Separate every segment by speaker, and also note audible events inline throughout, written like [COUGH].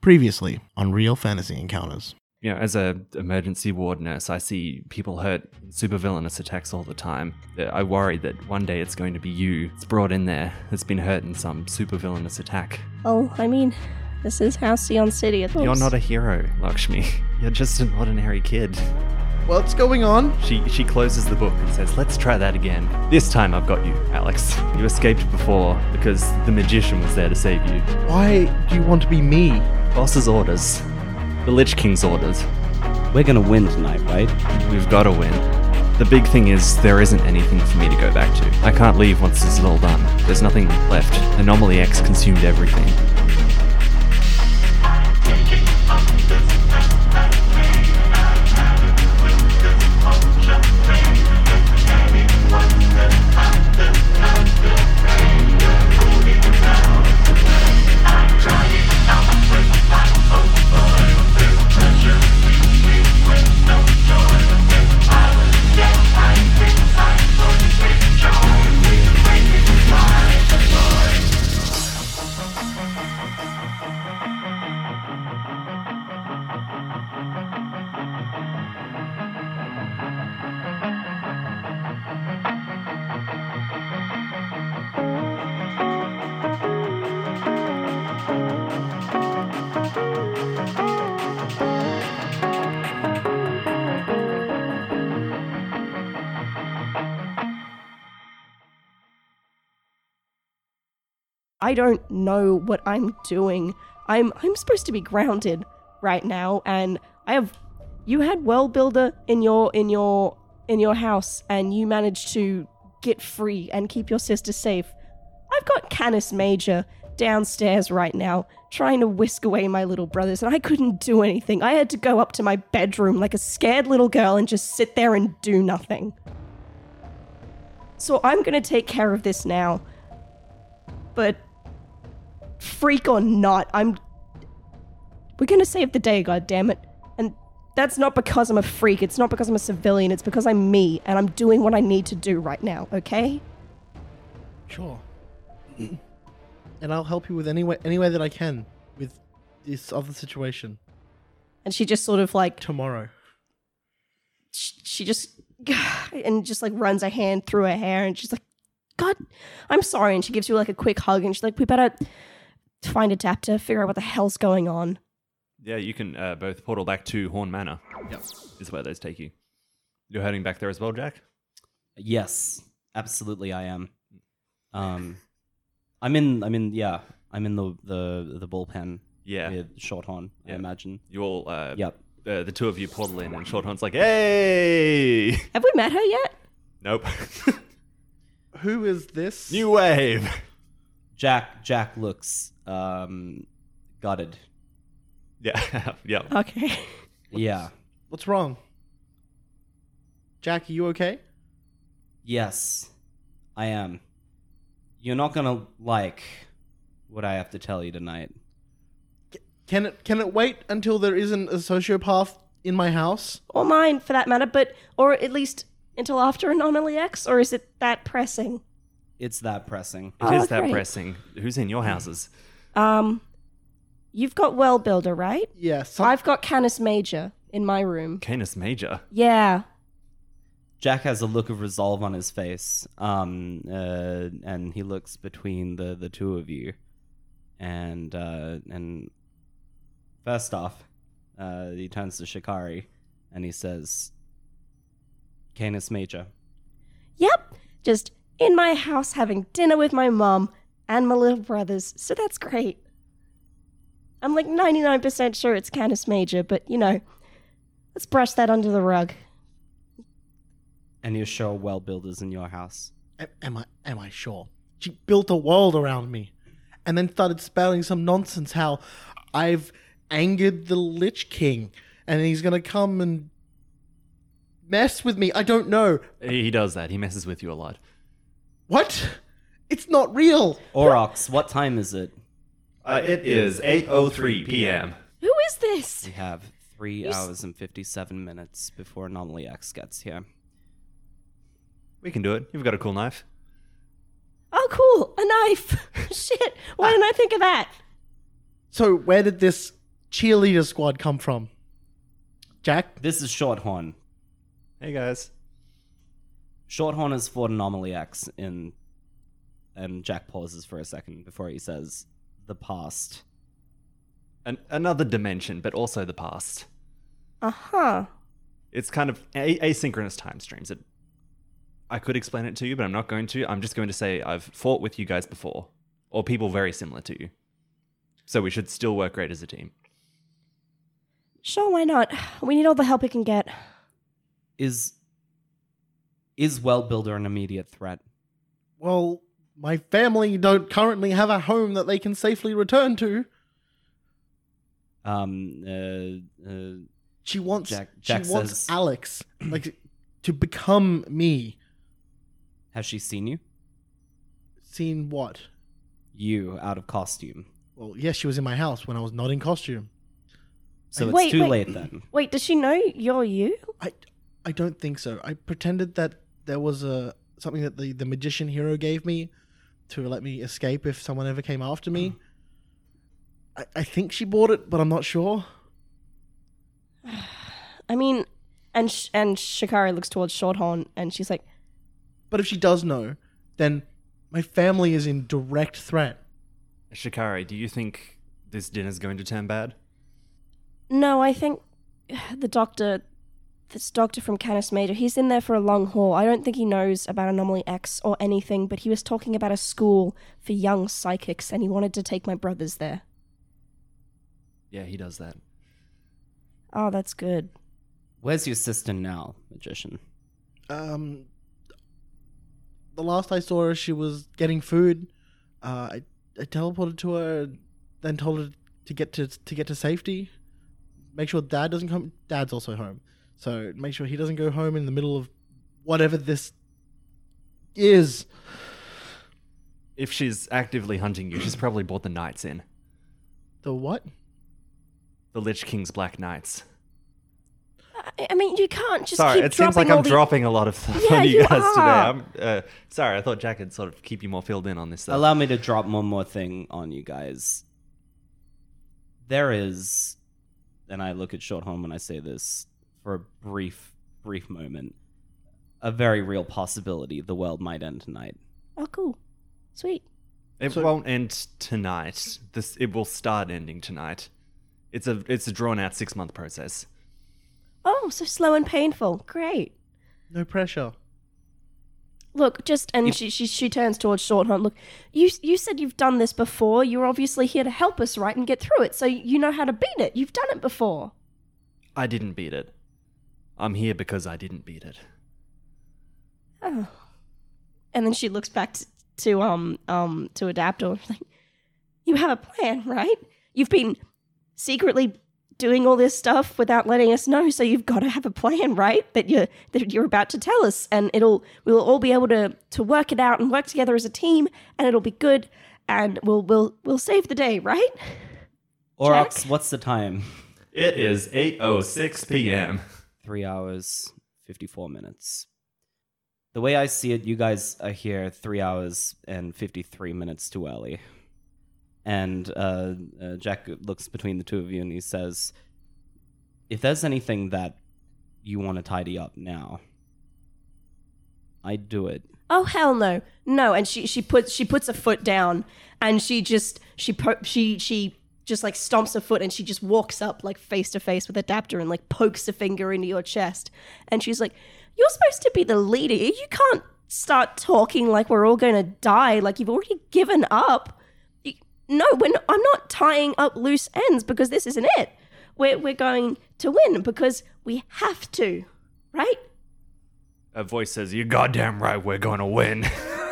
Speaker 1: Previously on Real Fantasy Encounters.
Speaker 2: you know, as a emergency ward nurse, I see people hurt supervillainous attacks all the time. Uh, I worry that one day it's going to be you that's brought in there that's been hurt in some supervillainous attack.
Speaker 3: Oh, I mean, this is Halcyon City. It
Speaker 2: You're
Speaker 3: looks-
Speaker 2: not a hero, Lakshmi. You're just an ordinary kid.
Speaker 1: What's going on?
Speaker 2: She she closes the book and says, "Let's try that again. This time I've got you, Alex. You escaped before because the magician was there to save you.
Speaker 1: Why do you want to be me?
Speaker 2: Boss's orders, the Lich King's orders.
Speaker 4: We're gonna win tonight, right?
Speaker 2: We've got to win. The big thing is, there isn't anything for me to go back to. I can't leave once this is all done. There's nothing left. Anomaly X consumed everything.
Speaker 3: I don't know what I'm doing. I'm I'm supposed to be grounded right now, and I have. You had well builder in your in your in your house, and you managed to get free and keep your sister safe. I've got Canis Major downstairs right now, trying to whisk away my little brothers, and I couldn't do anything. I had to go up to my bedroom like a scared little girl and just sit there and do nothing. So I'm gonna take care of this now but freak or not, I'm. We're gonna save the day, god damn it! And that's not because I'm a freak, it's not because I'm a civilian, it's because I'm me, and I'm doing what I need to do right now, okay?
Speaker 1: Sure. [CLEARS THROAT] and I'll help you with any way, any way that I can with this other situation
Speaker 3: And she just sort of like.
Speaker 1: tomorrow.
Speaker 3: sh- She just. [SIGHS] And just like runs a hand through her hair, and she's like, God, I'm sorry. And she gives you like a quick hug, and she's like, We better find adapter, figure out what the hell's going on.
Speaker 2: Yeah, you can uh, both portal back to Horn Manor.
Speaker 1: Yep.
Speaker 2: Is where those take you. You're heading back there as well, Jack.
Speaker 4: Yes, absolutely, I am. Um, I'm in. I'm in. Yeah, I'm in the the the bullpen
Speaker 2: Yeah.
Speaker 4: with Shorthorn.
Speaker 2: Yeah.
Speaker 4: I imagine.
Speaker 2: You all. Uh,
Speaker 4: Yep.
Speaker 2: Uh, the two of you portal in, and Shorthorn's like, "Hey, [LAUGHS]
Speaker 3: Have we met her yet?
Speaker 2: nope, [LAUGHS]
Speaker 1: Who is this?
Speaker 2: new wave." [LAUGHS]
Speaker 4: Jack. Jack looks um, gutted.
Speaker 2: Yeah, [LAUGHS] yeah.
Speaker 3: Okay. [LAUGHS]
Speaker 4: Yeah.
Speaker 1: What's wrong? Jack, are you okay?
Speaker 4: Yes, I am. You're not gonna like what I have to tell you tonight.
Speaker 1: Can it can it wait until there isn't a sociopath in my house?
Speaker 3: or mine for that matter, but or at least until after Anomaly X, or is it that pressing?
Speaker 4: It's that pressing.
Speaker 2: It is
Speaker 3: Oh,
Speaker 2: that
Speaker 3: great.
Speaker 2: pressing. Who's in your houses?
Speaker 3: Um, you've got Well Builder, right?
Speaker 1: Yeah, some,
Speaker 3: I've got Canis Major in my room.
Speaker 2: Canis Major.
Speaker 3: Yeah,
Speaker 4: Jack has a look of resolve on his face, um, uh, and he looks between the, the two of you, and uh, and first off, uh, he turns to Shikari, and he says, "Canis Major,
Speaker 3: yep. Just in my house having dinner with my mum and my little brothers, so that's great. I'm like 99% sure it's Canis Major, but you know, let's brush that under the rug.
Speaker 4: and you're sure well builders in your house."
Speaker 1: am, am I am I sure? She built a world around me, and then started spouting some nonsense how I've angered the Lich King, and he's gonna come and mess with me. I don't know
Speaker 2: He does that. He messes with you a lot.
Speaker 1: what. It's not real.
Speaker 4: Orox, what time is it?
Speaker 2: Uh, it is 8:03 p.m.
Speaker 3: Who is this?
Speaker 4: We have three hours and fifty-seven minutes before Anomaly X gets here.
Speaker 2: We can do it. You've got a cool knife.
Speaker 3: Oh, [LAUGHS] cool, a knife. Shit, why didn't I think of that?
Speaker 1: So where did this cheerleader squad come from? Jack?
Speaker 4: This is Shorthorn.
Speaker 2: Hey guys.
Speaker 4: Shorthorn is for Anomaly X in and Jack pauses for a second before he says the past.
Speaker 2: An- another dimension, but also the past.
Speaker 3: Uh huh.
Speaker 2: It's kind of a- asynchronous time streams. It, I could explain it to you, but I'm not going to. I'm just going to say I've fought with you guys before, or people very similar to you. So we should still work great as a team.
Speaker 3: Sure, why not? We need all the help we can get.
Speaker 4: Is is Well Builder an immediate threat?
Speaker 1: Well, my family don't currently have a home that they can safely return to.
Speaker 4: Um uh, uh
Speaker 1: She wants
Speaker 4: Jack- Jack
Speaker 1: she wants
Speaker 4: says-
Speaker 1: Alex like to become me.
Speaker 4: has she seen you?
Speaker 1: Seen what?
Speaker 4: You out of costume.
Speaker 1: Well, yes, she was in my house when I was not in costume.
Speaker 4: So it's
Speaker 3: Wait,
Speaker 4: too
Speaker 3: wait.
Speaker 4: late then.
Speaker 3: Wait, does she know you're you?
Speaker 1: I, I don't think so. I pretended that there was a something that the, the magician hero gave me to let me escape if someone ever came after me. I, I think she bought it, but I'm not sure.
Speaker 3: I mean, and sh- and Shikari looks towards Shorthorn and she's like,
Speaker 1: But if she does know, then my family is in direct threat.
Speaker 2: Shikari, do you think this dinner's going to turn bad?
Speaker 3: "No, I think the doctor, this doctor from Canis Major, he's in there for a long haul. I don't think he knows about Anomaly X or anything, but he was talking about a school for young psychics and he wanted to take my brothers there."
Speaker 2: Yeah, he does that.
Speaker 3: Oh, that's good.
Speaker 4: Where's your sister now, magician?
Speaker 1: Um, the last I saw her, she was getting food. Uh, I, I teleported to her, then told her to get to to get to safety. Make sure Dad doesn't come. Dad's also home, so make sure he doesn't go home in the middle of whatever this is.
Speaker 2: If she's actively hunting you, she's probably brought the knights in.
Speaker 1: The what?
Speaker 2: The Lich King's Black Knights.
Speaker 3: I, I mean, you can't just
Speaker 2: sorry,
Speaker 3: keep
Speaker 2: it seems
Speaker 3: dropping
Speaker 2: like
Speaker 3: all
Speaker 2: I'm
Speaker 3: the-
Speaker 2: dropping a lot of stuff
Speaker 3: Yeah,
Speaker 2: on you,
Speaker 3: you
Speaker 2: guys
Speaker 3: are.
Speaker 2: today. I'm, uh, sorry, I thought Jack would sort of keep you more filled in on this. Though.
Speaker 4: Allow me to drop one more thing on you guys. There is, and I look at Shorthorn when I say this for a brief, brief moment, a very real possibility the world might end tonight.
Speaker 3: Oh, cool, sweet.
Speaker 2: It
Speaker 1: So-
Speaker 2: won't end tonight. This it will start ending tonight. It's a it's a drawn out six month process.
Speaker 3: Oh, so slow and painful. Great.
Speaker 1: No pressure.
Speaker 3: Look, just and she, she she turns towards Shorthorn. Look, you you said you've done this before. You're obviously here to help us, right, and get through it. So you know how to beat it. You've done it before.
Speaker 2: I didn't beat it. I'm here because I didn't beat it.
Speaker 3: Oh. And then she looks back to, to um um to Adaptor. She's like, you have a plan, right? You've been secretly doing all this stuff without letting us know. So you've got to have a plan, right? That you're that you're about to tell us, and it'll we'll all be able to to work it out and work together as a team, and it'll be good, and we'll we'll we'll save the day, right?
Speaker 4: Orox,
Speaker 3: Jack?
Speaker 4: what's the time?
Speaker 2: It is eight oh six p.m.
Speaker 4: Three hours, 54 minutes. The way I see it, you guys are here three hours and 53 minutes too early. And uh, uh, Jack looks between the two of you and he says, If there's anything that you want to tidy up now, I'd do it.
Speaker 3: Oh hell no, no! And she she puts she puts a foot down, and she just she po- she she just like stomps her foot, and she just walks up like face to face with Adapter, and like pokes a finger into your chest, and she's like, "You're supposed to be the leader. You can't start talking like we're all going to die. Like you've already given up. You- no, when I'm not tying up loose ends because this isn't it. We're we're going to win because we have to, right?
Speaker 2: A voice says, "You're goddamn right. We're gonna win."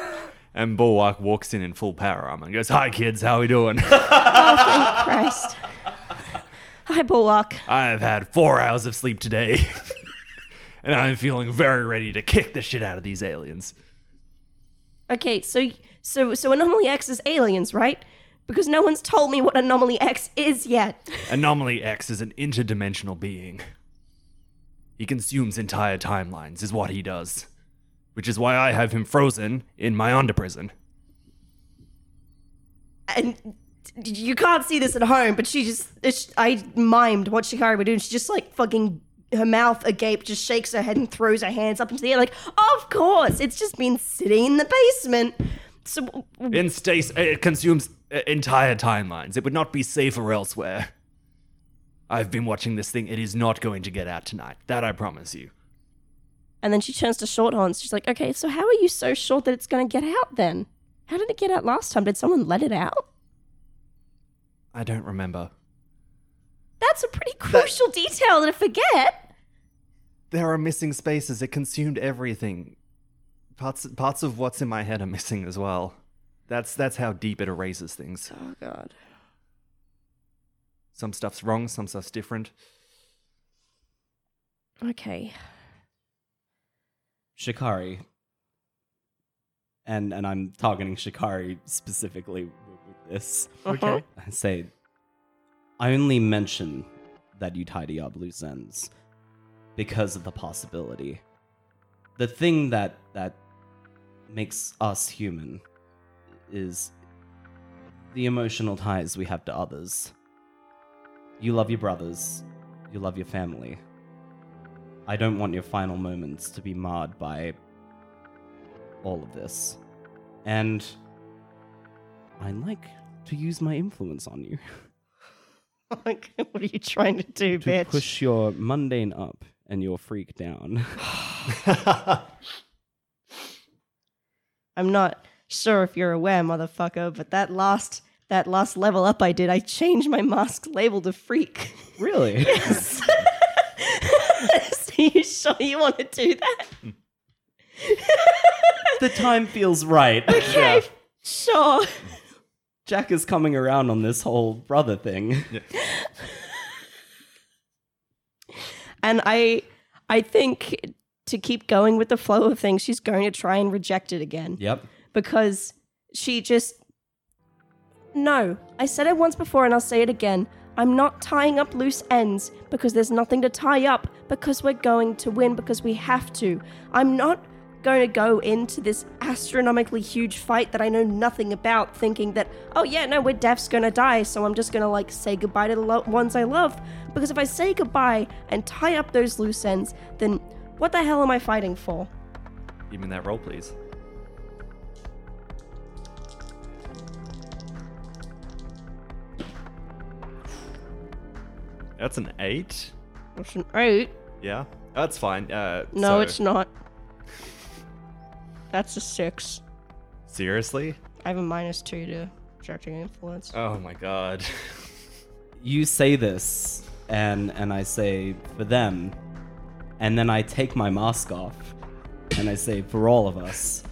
Speaker 2: [LAUGHS] and Bulwark walks in in full power armor and goes, "Hi kids, how we doing?"
Speaker 3: Oh, thank Christ. Hi, Bullock.
Speaker 2: I've had four hours of sleep today, [LAUGHS] and I'm feeling very ready to kick the shit out of these aliens.
Speaker 3: Okay, so so so Anomaly X is aliens, right? Because no one's told me what Anomaly X is yet.
Speaker 2: Anomaly X is an interdimensional being. He consumes entire timelines, is what he does. Which is why I have him frozen in my underprison.
Speaker 3: And you can't see this at home, but she just, it's, I mimed what Shikari would do, and she just like fucking, her mouth agape, just shakes her head and throws her hands up into the air, like, of course, it's just been sitting in the basement. So,
Speaker 2: In stasis, it consumes uh, entire timelines. It would not be safer elsewhere. I've been watching this thing. It is not going to get out tonight. That I promise you.
Speaker 3: and then she turns to Shorthorns. She's like, okay, so how are you so sure that it's going to get out then? How did it get out last time? Did someone let it out?
Speaker 2: I don't remember.
Speaker 3: That's a pretty crucial detail to forget.
Speaker 2: There are missing spaces. It consumed everything. Parts parts of what's in my head are missing as well. That's that's how deep it erases things.
Speaker 3: Oh, God.
Speaker 2: Some stuff's wrong, some stuff's different. [LAUGHS]
Speaker 3: Okay.
Speaker 4: Shikari. And and I'm targeting Shikari specifically with- with this.
Speaker 1: Okay.
Speaker 4: I say, I only mention that you tidy up loose ends because of the possibility. The thing that that makes us human is the emotional ties we have to others. You love your brothers, you love your family. I don't want your final moments to be marred by all of this. And I like to use my influence on you
Speaker 3: [LAUGHS] Like, what are you trying to do,
Speaker 4: to
Speaker 3: bitch?
Speaker 4: push your mundane up and your freak down. [LAUGHS]
Speaker 3: I'm not sure if you're aware, motherfucker, but that last that last level up I did, I changed my mask label to freak. [LAUGHS]
Speaker 4: really?
Speaker 3: Yes. so you sure you want to do that?
Speaker 4: [LAUGHS]
Speaker 3: [LAUGHS]
Speaker 4: the time feels right.
Speaker 3: Okay. Sure.
Speaker 4: [LAUGHS] Jack is coming around on this whole brother [LAUGHS] thing.
Speaker 3: And I I think to keep going with the flow of things, she's going to try and reject it again.
Speaker 4: Yep.
Speaker 3: because she just. No, I said it once before and I'll say it again. I'm not tying up loose ends because there's nothing to tie up because we're going to win because we have to. I'm not going to go into this astronomically huge fight that I know nothing about thinking that, oh yeah, no, we're deaf's going to die, so I'm just going to like say goodbye to the lo- ones I love. Because if I say goodbye and tie up those loose ends, then what the hell am I fighting for?
Speaker 2: Give me that roll, please. That's an eight.
Speaker 3: It's an eight.
Speaker 2: Yeah, that's fine. Uh,
Speaker 3: No,
Speaker 2: so-
Speaker 3: it's not. That's a six.
Speaker 2: seriously.
Speaker 3: I have a minus two to attracting influence.
Speaker 2: Oh my god. [LAUGHS]
Speaker 4: You say this, and and I say for them, and then I take my mask off, and I say for all of us.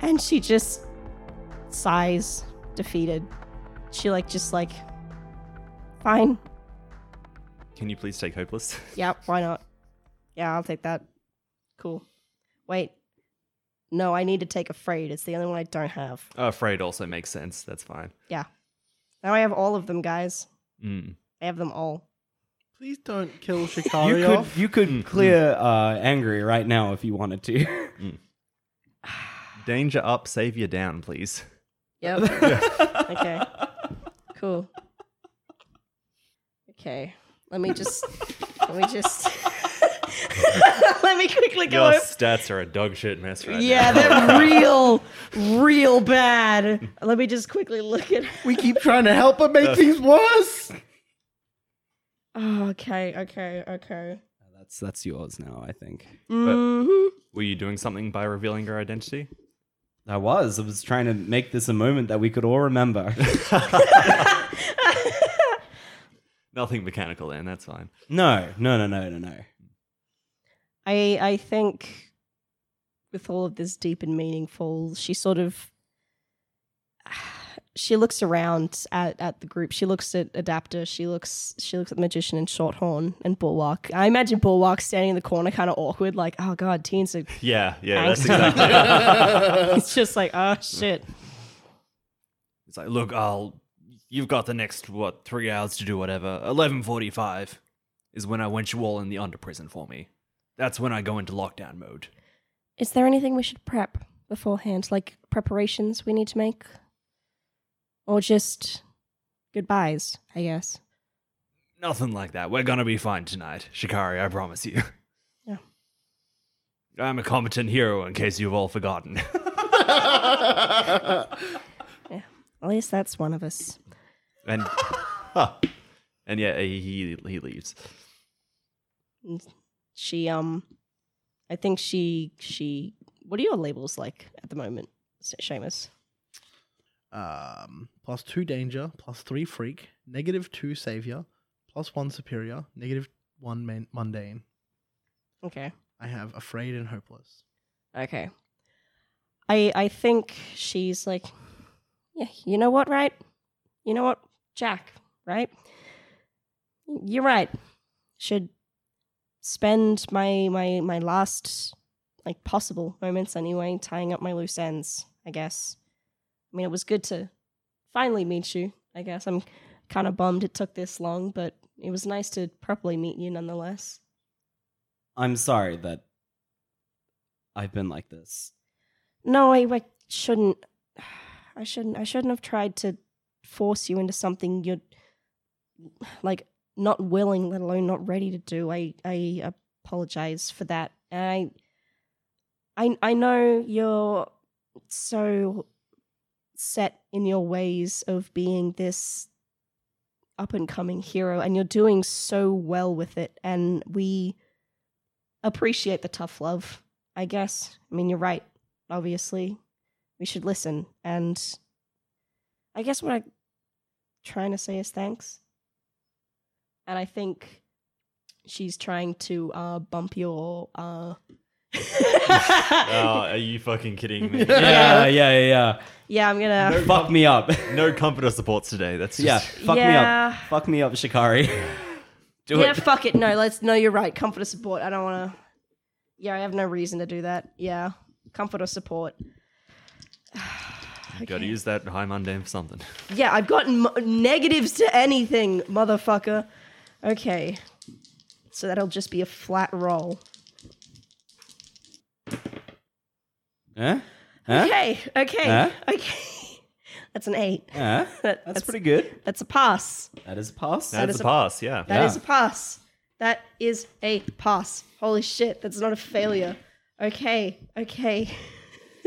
Speaker 3: And she just sighs, defeated. She like just like, fine.
Speaker 2: Can you please take hopeless?
Speaker 3: Yeah, why not? Yeah, I'll take that. Cool. Wait. No, I need to take afraid. It's the only one I don't have.
Speaker 2: Afraid Uh, also makes sense. That's fine.
Speaker 3: Now I have all of them, guys.
Speaker 2: Mm.
Speaker 3: I have them all.
Speaker 1: Please don't kill
Speaker 4: [LAUGHS] You
Speaker 1: Shikari
Speaker 4: could
Speaker 1: off.
Speaker 4: [LAUGHS] you could clear uh, angry right now if you wanted to. [LAUGHS]
Speaker 2: Danger up, savior down,
Speaker 3: [LAUGHS]
Speaker 2: please. [LAUGHS]
Speaker 3: Yep. okay. Cool. Okay. Let me just. let me just. [LAUGHS] let me quickly go.
Speaker 2: Your
Speaker 3: over-
Speaker 2: stats are a dog shit mess right
Speaker 3: yeah,
Speaker 2: now.
Speaker 3: they're real, real bad. Let me just quickly look at.
Speaker 1: we keep trying to help her make things worse.
Speaker 3: Oh, okay, okay, okay.
Speaker 4: That's that's yours now. I think
Speaker 3: hmm
Speaker 2: Were you doing something by revealing your [LAUGHS] identity?
Speaker 4: I was. I was trying to make this a moment that we could all remember.
Speaker 3: Mm-hmm. [LAUGHS]
Speaker 2: Nothing mechanical then, that's fine.
Speaker 4: [LAUGHS] No, no, no, no, no, no.
Speaker 3: I I think with all of this deep and meaningful, she sort of [SIGHS] she looks around at, at the group. She looks at Adapter. She looks she looks at Magician and Shorthorn and Bulwark. I imagine Bulwark standing in the corner, kind of awkward, like, oh god, teens are.
Speaker 2: Yeah, yeah,
Speaker 3: Thanks.
Speaker 2: that's exactly it. [LAUGHS]
Speaker 3: [LAUGHS] It's just like, oh shit.
Speaker 2: It's like, look, I'll. You've got the next what three hours to do whatever. Eleven forty-five is when I want you all in the under prison for me. That's when I go into lockdown mode.
Speaker 3: Is there anything we should prep beforehand, like preparations we need to make? Or just goodbyes, I guess.
Speaker 2: Nothing like that. We're gonna be fine tonight, Shikari. I promise you.
Speaker 3: Yeah.
Speaker 2: I'm a competent hero, in case you've all
Speaker 3: [LAUGHS]
Speaker 2: forgotten.
Speaker 3: At least that's one of us.
Speaker 2: and and yeah, he he, he leaves.
Speaker 3: She um I think she she what are your labels like at the moment, Se- Seamus?
Speaker 1: um, plus two danger, plus three freak, negative two savior, plus one superior, negative one man- mundane.
Speaker 3: Okay.
Speaker 1: I have afraid and hopeless.
Speaker 3: Okay. I I think she's like, yeah, you know what, right? You know what, Jack, right? You're right. Should spend my my my last like possible moments anyway tying up my loose ends, I guess. I mean, it was good to finally meet you. I guess I'm kind of bummed it took this long, but it was nice to properly meet you nonetheless.
Speaker 4: I'm sorry that I've been like this.
Speaker 3: No, I, I shouldn't. [SIGHS] I shouldn't. I shouldn't have tried to force you into something you're like not willing, let alone not ready to do. I I apologize for that. And I I I know you're so set in your ways of being this up and coming hero, and you're doing so well with it. And we appreciate the tough love. I guess. I mean, you're right obviously. We should listen. And I guess what I'm trying to say is thanks. And I think she's trying to uh, bump your. Uh...
Speaker 2: Uh, are you fucking kidding
Speaker 3: [LAUGHS]
Speaker 2: me?
Speaker 4: Yeah, yeah, yeah,
Speaker 3: yeah, I'm gonna.
Speaker 4: yeah. Fuck me up.
Speaker 2: No comfort or supports today. That's
Speaker 4: [LAUGHS] yeah,
Speaker 2: just
Speaker 4: fuck me
Speaker 3: Yeah.
Speaker 4: up. Fuck me up, Shikari. [LAUGHS] Do
Speaker 3: yeah,
Speaker 4: it.
Speaker 3: fuck it. No, let's. No, you're right. Comfort or support. I don't want to. Yeah, I have no reason to do that. Yeah, comfort or support.
Speaker 2: you gotta use that high mundane for something.
Speaker 3: Yeah, I've gotten m- negatives to anything, motherfucker. Okay. So that'll just be a flat roll.
Speaker 4: Huh? Huh?
Speaker 3: Okay, okay,
Speaker 4: Huh?
Speaker 3: okay. [LAUGHS] That's an eight.
Speaker 4: Huh?
Speaker 3: That-
Speaker 4: That's pretty good.
Speaker 3: That's a pass.
Speaker 4: That is a pass.
Speaker 2: That's
Speaker 3: is
Speaker 2: a
Speaker 3: a-
Speaker 2: pass. Yeah.
Speaker 3: That is
Speaker 4: Yeah.
Speaker 3: a pass. That is a pass. Holy shit, that's not a failure. Okay, okay. [LAUGHS]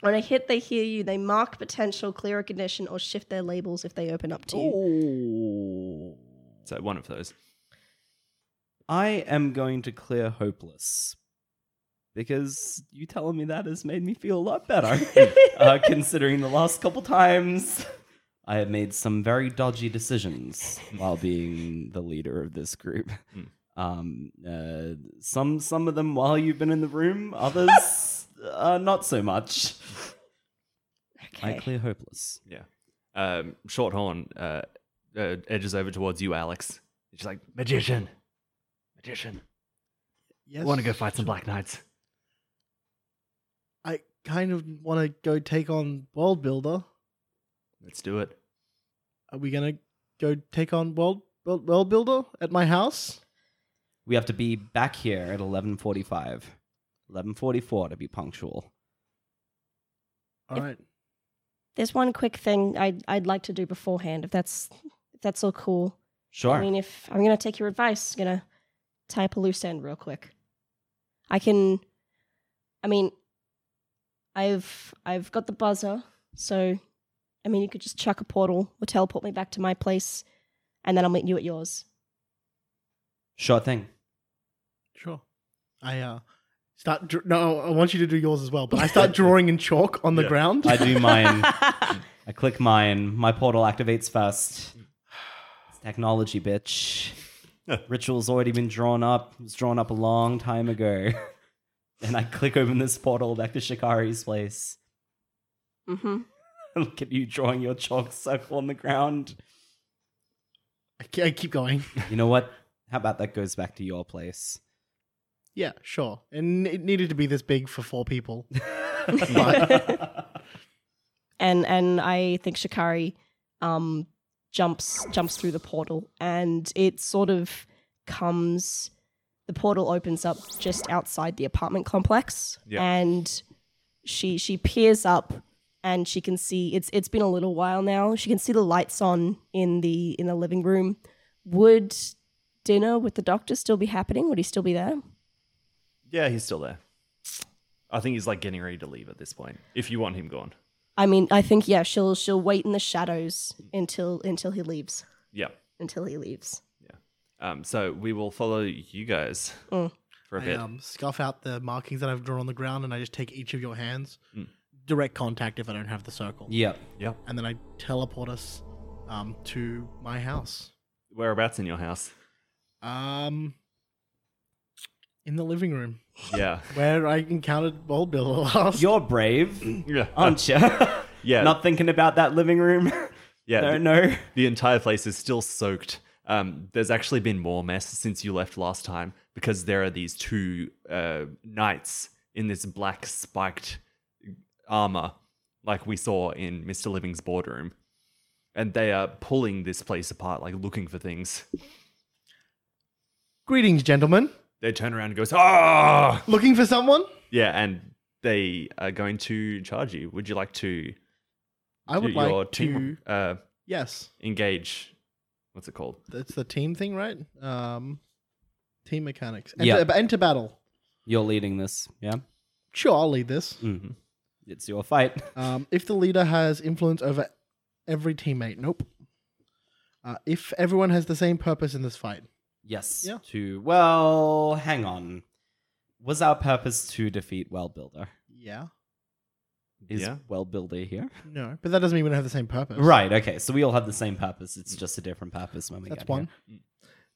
Speaker 3: when I hit, they hear you. They mark potential, clear a condition, or shift their labels if they open up to you.
Speaker 4: Ooh.
Speaker 2: so one of those.
Speaker 4: I am going to clear hopeless because you telling me that has made me feel a lot better. uh, considering the last couple times I have made some very dodgy decisions while being the leader of this group.
Speaker 2: Mm.
Speaker 4: Um, uh, some some of them while you've been in the room, others uh, not so much. I
Speaker 3: Okay.
Speaker 4: clear hopeless.
Speaker 2: Yeah. Um, short horn uh, uh, edges over towards you, Alex. She's like, magician, magician.
Speaker 1: Yes.
Speaker 2: Want to go fight some black knights?
Speaker 1: I kind of want to go take on World Builder.
Speaker 2: Let's do it.
Speaker 1: Are we gonna go take on World World, world Builder at my house?
Speaker 4: We have to be back here at eleven forty-five, eleven forty-four to be punctual.
Speaker 1: All right.
Speaker 3: There's one quick thing I'd, I'd like to do beforehand, if that's if that's all cool.
Speaker 4: Sure.
Speaker 3: I mean, if I'm gonna take your advice, gonna tie up a loose end real quick. I can. I mean, I've I've got the buzzer, so I mean, you could just chuck a portal or teleport me back to my place, and then I'll meet you at yours.
Speaker 4: sure thing.
Speaker 1: Sure. I uh start. Dr- no, I want you to do yours as well. But
Speaker 2: [LAUGHS]
Speaker 1: I start drawing in chalk on the
Speaker 2: Yeah.
Speaker 1: ground.
Speaker 4: I do mine. I click mine. My portal activates first. It's technology, bitch. Ritual's already been drawn up. It was drawn up a long time ago. [LAUGHS] And I click open this portal back to Shikari's place.
Speaker 3: [LAUGHS]
Speaker 4: [LAUGHS]
Speaker 3: mm-hmm.
Speaker 4: Look at you drawing your chalk circle on the ground.
Speaker 1: I ke- I keep going.
Speaker 4: You know what? How about that goes back to
Speaker 2: [LAUGHS]
Speaker 4: your place?
Speaker 1: Yeah, sure. And it needed to be this big for four people.
Speaker 3: and and I think Shikari um jumps jumps through the portal and it sort of comes the portal opens up just outside the apartment complex
Speaker 2: Yeah.
Speaker 3: and she she peers up and she can see it's it's been a little while now. She can see the lights on in the in the living room. Would dinner with the doctor still be happening? Would he still be there?
Speaker 2: Yeah, he's still there. I think he's like getting ready to leave at this point. If you want him gone.
Speaker 3: I mean, I think yeah, she'll she'll wait in the shadows until until he leaves.
Speaker 2: Yeah.
Speaker 3: Until he leaves.
Speaker 2: Um, so we will follow you guys
Speaker 3: Mm.
Speaker 2: for a
Speaker 1: I
Speaker 2: bit.
Speaker 1: um, scuff out the markings that I've drawn on the ground, and I just take each of your hands,
Speaker 2: Mm.
Speaker 1: direct contact if I don't have the circle,
Speaker 4: Yep.
Speaker 2: yeah.
Speaker 1: and then I teleport us um, to my house.
Speaker 2: Whereabouts in your house?
Speaker 1: Um, in the living room
Speaker 2: Yeah.
Speaker 1: where I encountered Bold Bill [LAUGHS] last.
Speaker 4: You're
Speaker 2: [COUGHS]
Speaker 4: brave,
Speaker 2: yeah.
Speaker 4: aren't you?
Speaker 2: yeah.
Speaker 4: Oh, Not thinking about that living room.
Speaker 2: yeah.
Speaker 4: Don't
Speaker 2: the,
Speaker 4: know.
Speaker 2: the entire place is still soaked. Um, there's actually been more mess since you left last time because there are these two uh, knights in this black spiked armor, like we saw in Mr. Living's boardroom. And they are pulling this place apart, like looking for things.
Speaker 1: Greetings, gentlemen.
Speaker 2: They turn around and goes, ah!
Speaker 1: Looking for someone?
Speaker 2: Yeah, and they are going to charge you. Would you like to
Speaker 1: I would
Speaker 2: do your
Speaker 1: like to.
Speaker 2: team uh,
Speaker 1: Yes,
Speaker 2: engage? What's it called?
Speaker 1: that's the team thing, right? Um, team mechanics.
Speaker 4: Yeah.
Speaker 1: Enter, enter battle.
Speaker 4: You're leading this. Yeah.
Speaker 1: Sure, I'll lead this.
Speaker 4: It's your fight.
Speaker 1: Um, if the leader has influence over every teammate, nope. Uh, if everyone has the same purpose in this fight,
Speaker 4: Yes.
Speaker 1: Yeah.
Speaker 4: To well, hang on. Was our purpose to defeat Well Builder?
Speaker 1: yeah,
Speaker 4: Is
Speaker 2: Yeah.
Speaker 4: Well Builder here?
Speaker 1: no, but that doesn't mean we don't have the same purpose,
Speaker 4: Right. Okay. So we all have the same purpose. It's just a different purpose when we
Speaker 1: That's
Speaker 4: get
Speaker 1: one.
Speaker 4: here.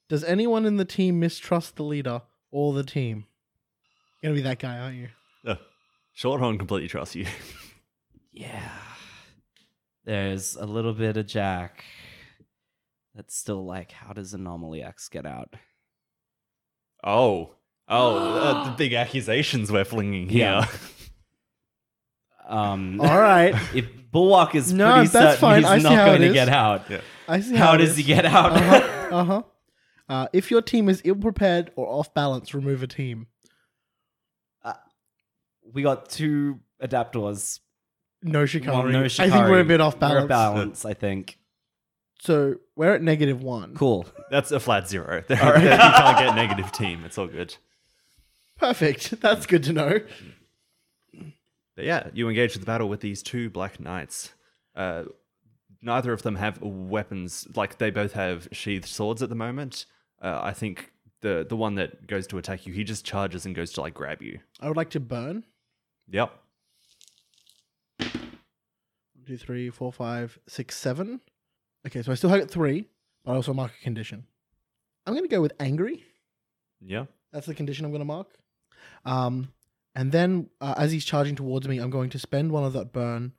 Speaker 1: Does anyone in the team mistrust the leader or the team? You're gonna be that guy, aren't
Speaker 4: [LAUGHS]
Speaker 1: you?
Speaker 2: Uh, Shorthorn completely trusts you.
Speaker 4: Yeah. There's a little bit of Jack. That's still like, how does Anomaly X get out?
Speaker 2: Oh, oh, uh, the big accusations we're flinging here. [LAUGHS]
Speaker 4: Yeah.
Speaker 1: [LAUGHS]
Speaker 4: Um,
Speaker 1: All right,
Speaker 4: if Bulwark is
Speaker 1: No,
Speaker 4: pretty
Speaker 1: that's
Speaker 4: certain
Speaker 1: fine.
Speaker 4: he's
Speaker 1: I see
Speaker 4: not
Speaker 1: how
Speaker 4: going
Speaker 1: it
Speaker 4: to
Speaker 1: is.
Speaker 4: get out,
Speaker 2: Yeah.
Speaker 1: I see.
Speaker 4: how
Speaker 1: it
Speaker 4: does
Speaker 1: is.
Speaker 4: he get out?
Speaker 1: Uh-huh. uh-huh. Uh, if your team is ill prepared or off balance, remove a team.
Speaker 4: [LAUGHS] we got two adaptors.
Speaker 1: No shikari.
Speaker 4: Well, no
Speaker 1: I think we're a
Speaker 4: Shikari.
Speaker 1: bit off
Speaker 4: We're
Speaker 1: balance.
Speaker 4: at balance, I think.
Speaker 1: So we're at negative one.
Speaker 4: Cool.
Speaker 2: That's a flat zero. [LAUGHS] There,
Speaker 4: All right.
Speaker 2: you can't get negative team. It's all good.
Speaker 1: Perfect. [LAUGHS] That's good to know.
Speaker 2: But yeah, you engage the battle with these two black knights. Uh, neither of them have weapons. Like they both have sheathed swords at the moment. Uh, I think the the one that goes to attack you, he just charges and goes to like grab you.
Speaker 1: I would like to burn.
Speaker 2: Yep.
Speaker 1: One, two, three, four, five, six, seven. Okay, so I still have it three, but I also mark a condition. I'm going to go with angry.
Speaker 2: Yeah.
Speaker 1: That's the condition I'm going to mark. Um, and then uh, as he's charging towards me, I'm going to spend one of that burn.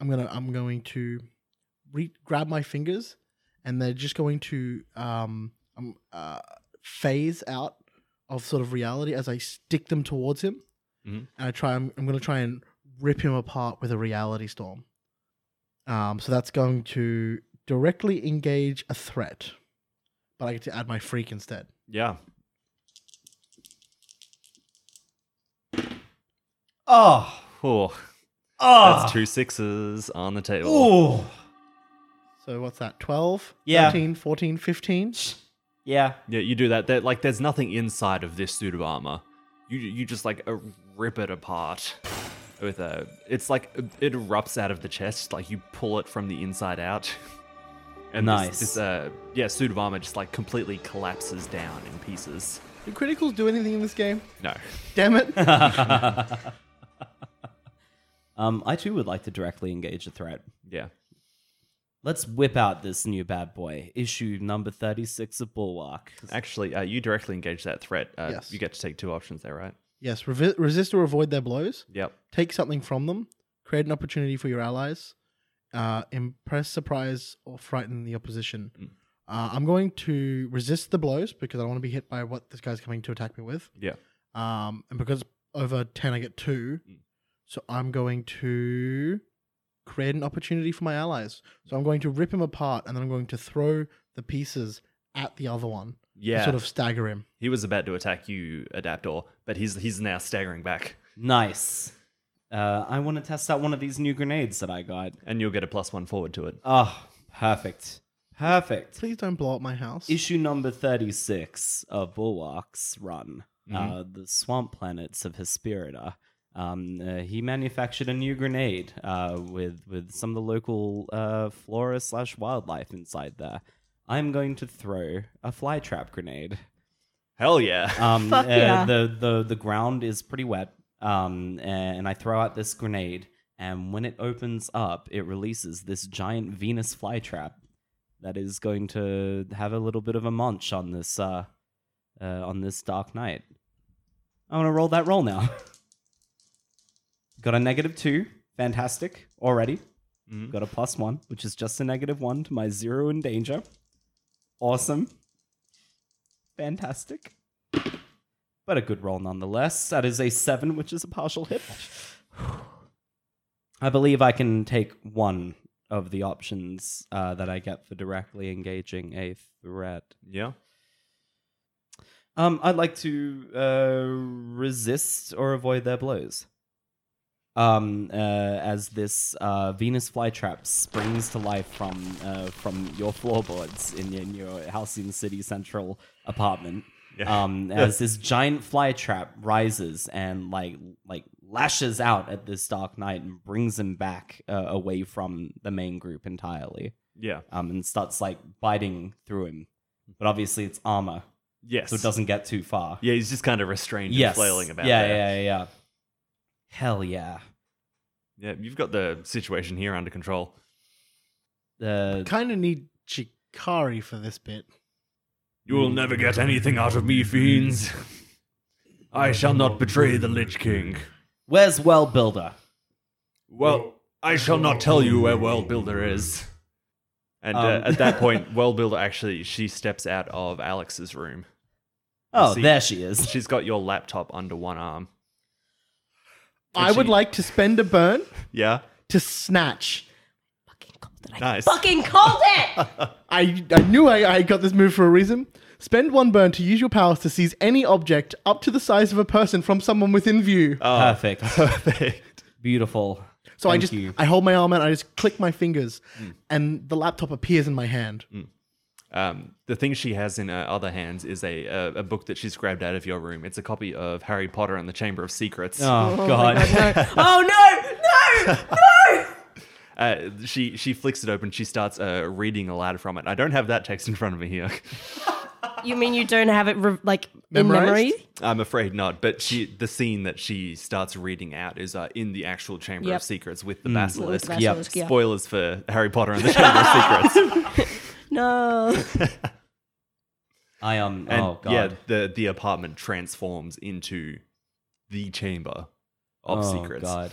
Speaker 1: I'm gonna I'm going to re- grab my fingers, and they're just going to um, um uh, phase out of sort of reality as I stick them towards him,
Speaker 2: Mhm.
Speaker 1: and I try I'm, I'm going to try and rip him apart with a reality storm. Um, so that's going to directly engage a threat, but I get to add my freak instead.
Speaker 2: Yeah.
Speaker 4: Oh,
Speaker 2: Oh,
Speaker 4: oh,
Speaker 2: that's two sixes on the table.
Speaker 4: Ooh.
Speaker 1: So what's that? 12,
Speaker 4: Yeah.
Speaker 1: 13, 14, 15?
Speaker 4: Yeah.
Speaker 2: Yeah, you do that. There, like, there's nothing inside of this suit of armor. You you just like uh, rip it apart with a. It's like it erupts out of the chest. Like you pull it from the inside out. [LAUGHS] And this-
Speaker 4: Nice.
Speaker 2: This, uh, yeah, suit of armor just like completely collapses down in pieces.
Speaker 1: Do criticals do anything in this game?
Speaker 2: No.
Speaker 1: Damn it.
Speaker 4: Um, I too would like to directly engage a threat.
Speaker 2: Yeah.
Speaker 4: Let's whip out this new bad boy. Issue number 36 of Bulwark.
Speaker 2: Actually, uh, you directly engage that threat. Uh,
Speaker 1: Yes.
Speaker 2: You get to take two options there, right?
Speaker 1: yes, revi- resist or avoid their blows.
Speaker 2: Yep.
Speaker 1: Take something from them. Create an opportunity for your allies. Uh, impress, surprise, or frighten the opposition.
Speaker 2: Mm.
Speaker 1: Uh, I'm going to resist the blows because I don't want to be hit by what this guy's coming to attack me with.
Speaker 2: Yeah.
Speaker 1: Um, and because over 10, I get two.
Speaker 2: Mm.
Speaker 1: So I'm going to create an opportunity for my allies. So I'm going to rip him apart and then I'm going to throw the pieces at the other one. to
Speaker 2: Yeah.
Speaker 1: Sort of stagger him.
Speaker 2: He was about to attack you, Adaptor, but he's he's now staggering back.
Speaker 4: Nice. Uh, I want to test out one of these new grenades that I got.
Speaker 2: and you'll get a plus one forward to it.
Speaker 4: Oh, perfect. Perfect.
Speaker 1: Please don't blow up my house.
Speaker 4: Issue number 36 of Bulwark's run, uh, The Swamp Planets of Hesperida. Um, uh, he manufactured a new grenade uh, with, with some of the local uh, flora slash wildlife inside there. I'm going to throw a flytrap grenade.
Speaker 2: Hell yeah!
Speaker 4: [LAUGHS] Um,
Speaker 3: Fuck
Speaker 4: uh,
Speaker 3: yeah.
Speaker 4: the, the, the ground is pretty wet, um, and I throw out this grenade, and when it opens up, it releases this giant Venus flytrap that is going to have a little bit of a munch on this uh, uh, on this dark night. I want to roll that roll now. [LAUGHS] Got a negative two, fantastic already.
Speaker 2: Mhm.
Speaker 4: Got a plus one, which is just a negative one to my zero in danger. Awesome. Fantastic. But a good roll nonetheless. That is a seven, which is a partial hit. [SIGHS] I believe I can take one of the options uh, that I get for directly engaging a threat.
Speaker 2: Yeah.
Speaker 4: Um, I'd like to uh, resist or avoid their blows. Um, uh, as this uh, Venus flytrap springs to life from uh, from your floorboards in your, in your Halcyon City Central apartment.
Speaker 2: Yeah. [LAUGHS]
Speaker 4: Um, as this giant flytrap rises and like like lashes out at this dark knight and brings him back uh, away from the main group entirely.
Speaker 2: Yeah.
Speaker 4: Um, and starts like biting through him, but obviously it's armor,
Speaker 2: Yes.
Speaker 4: so it doesn't get too far.
Speaker 2: Yeah, he's just kind of restrained and
Speaker 4: yes.
Speaker 2: flailing about.
Speaker 4: Yeah,
Speaker 2: there.
Speaker 4: yeah, yeah. Hell yeah.
Speaker 2: yeah. You've got the situation here under control.
Speaker 4: Uh,
Speaker 1: kind of need Chikari for this bit.
Speaker 2: You will never get anything out of me, [LAUGHS] fiends. I shall not betray the Lich King.
Speaker 4: where's Well Builder?
Speaker 2: Well, I shall not tell you where World Builder is. And uh,
Speaker 4: Um.
Speaker 2: at
Speaker 4: [LAUGHS]
Speaker 2: that point, World Builder actually she steps out of Alex's room.
Speaker 4: Oh,
Speaker 2: see-
Speaker 4: there she is.
Speaker 2: She's got your laptop under one arm.
Speaker 1: I would like to spend a burn
Speaker 2: [LAUGHS] Yeah,
Speaker 1: to snatch.
Speaker 3: Fucking called it. I
Speaker 2: nice.
Speaker 3: fucking called it!
Speaker 4: [LAUGHS]
Speaker 1: I, I knew I, I got this move for a reason. Spend one burn to use your powers to seize any object up to the size of a person from someone within view.
Speaker 2: Oh. [LAUGHS]
Speaker 4: Perfect.
Speaker 2: Perfect.
Speaker 4: Beautiful.
Speaker 1: so I
Speaker 4: Thank
Speaker 1: just
Speaker 4: you. Mm.
Speaker 1: I hold my arm out. I just click my fingers, and the laptop appears in my hand.
Speaker 2: Um, the thing she has in her other hands is a, a a book that she's grabbed out of your room. It's a copy of Harry Potter and the Chamber of Secrets.
Speaker 4: Oh, God.
Speaker 3: oh no! No!
Speaker 2: Uh, she she flicks it open. She starts uh, reading aloud from it. I don't have that text in front of me here. [LAUGHS]
Speaker 3: You mean you don't have it re- like
Speaker 1: Memorized?
Speaker 3: in memory?
Speaker 2: I'm afraid not. But she the scene that she starts reading out is uh, in the actual Chamber
Speaker 3: Yep.
Speaker 2: of Secrets with the basilisk.
Speaker 3: That's
Speaker 4: Mm. Yep.
Speaker 3: what it's- yeah.
Speaker 2: Spoilers for Harry Potter and the Chamber
Speaker 4: [LAUGHS]
Speaker 2: of Secrets.
Speaker 3: No.
Speaker 4: I um.
Speaker 2: And
Speaker 4: oh God.
Speaker 2: yeah, the the apartment transforms into the Chamber of
Speaker 4: oh,
Speaker 2: Secrets.
Speaker 4: God.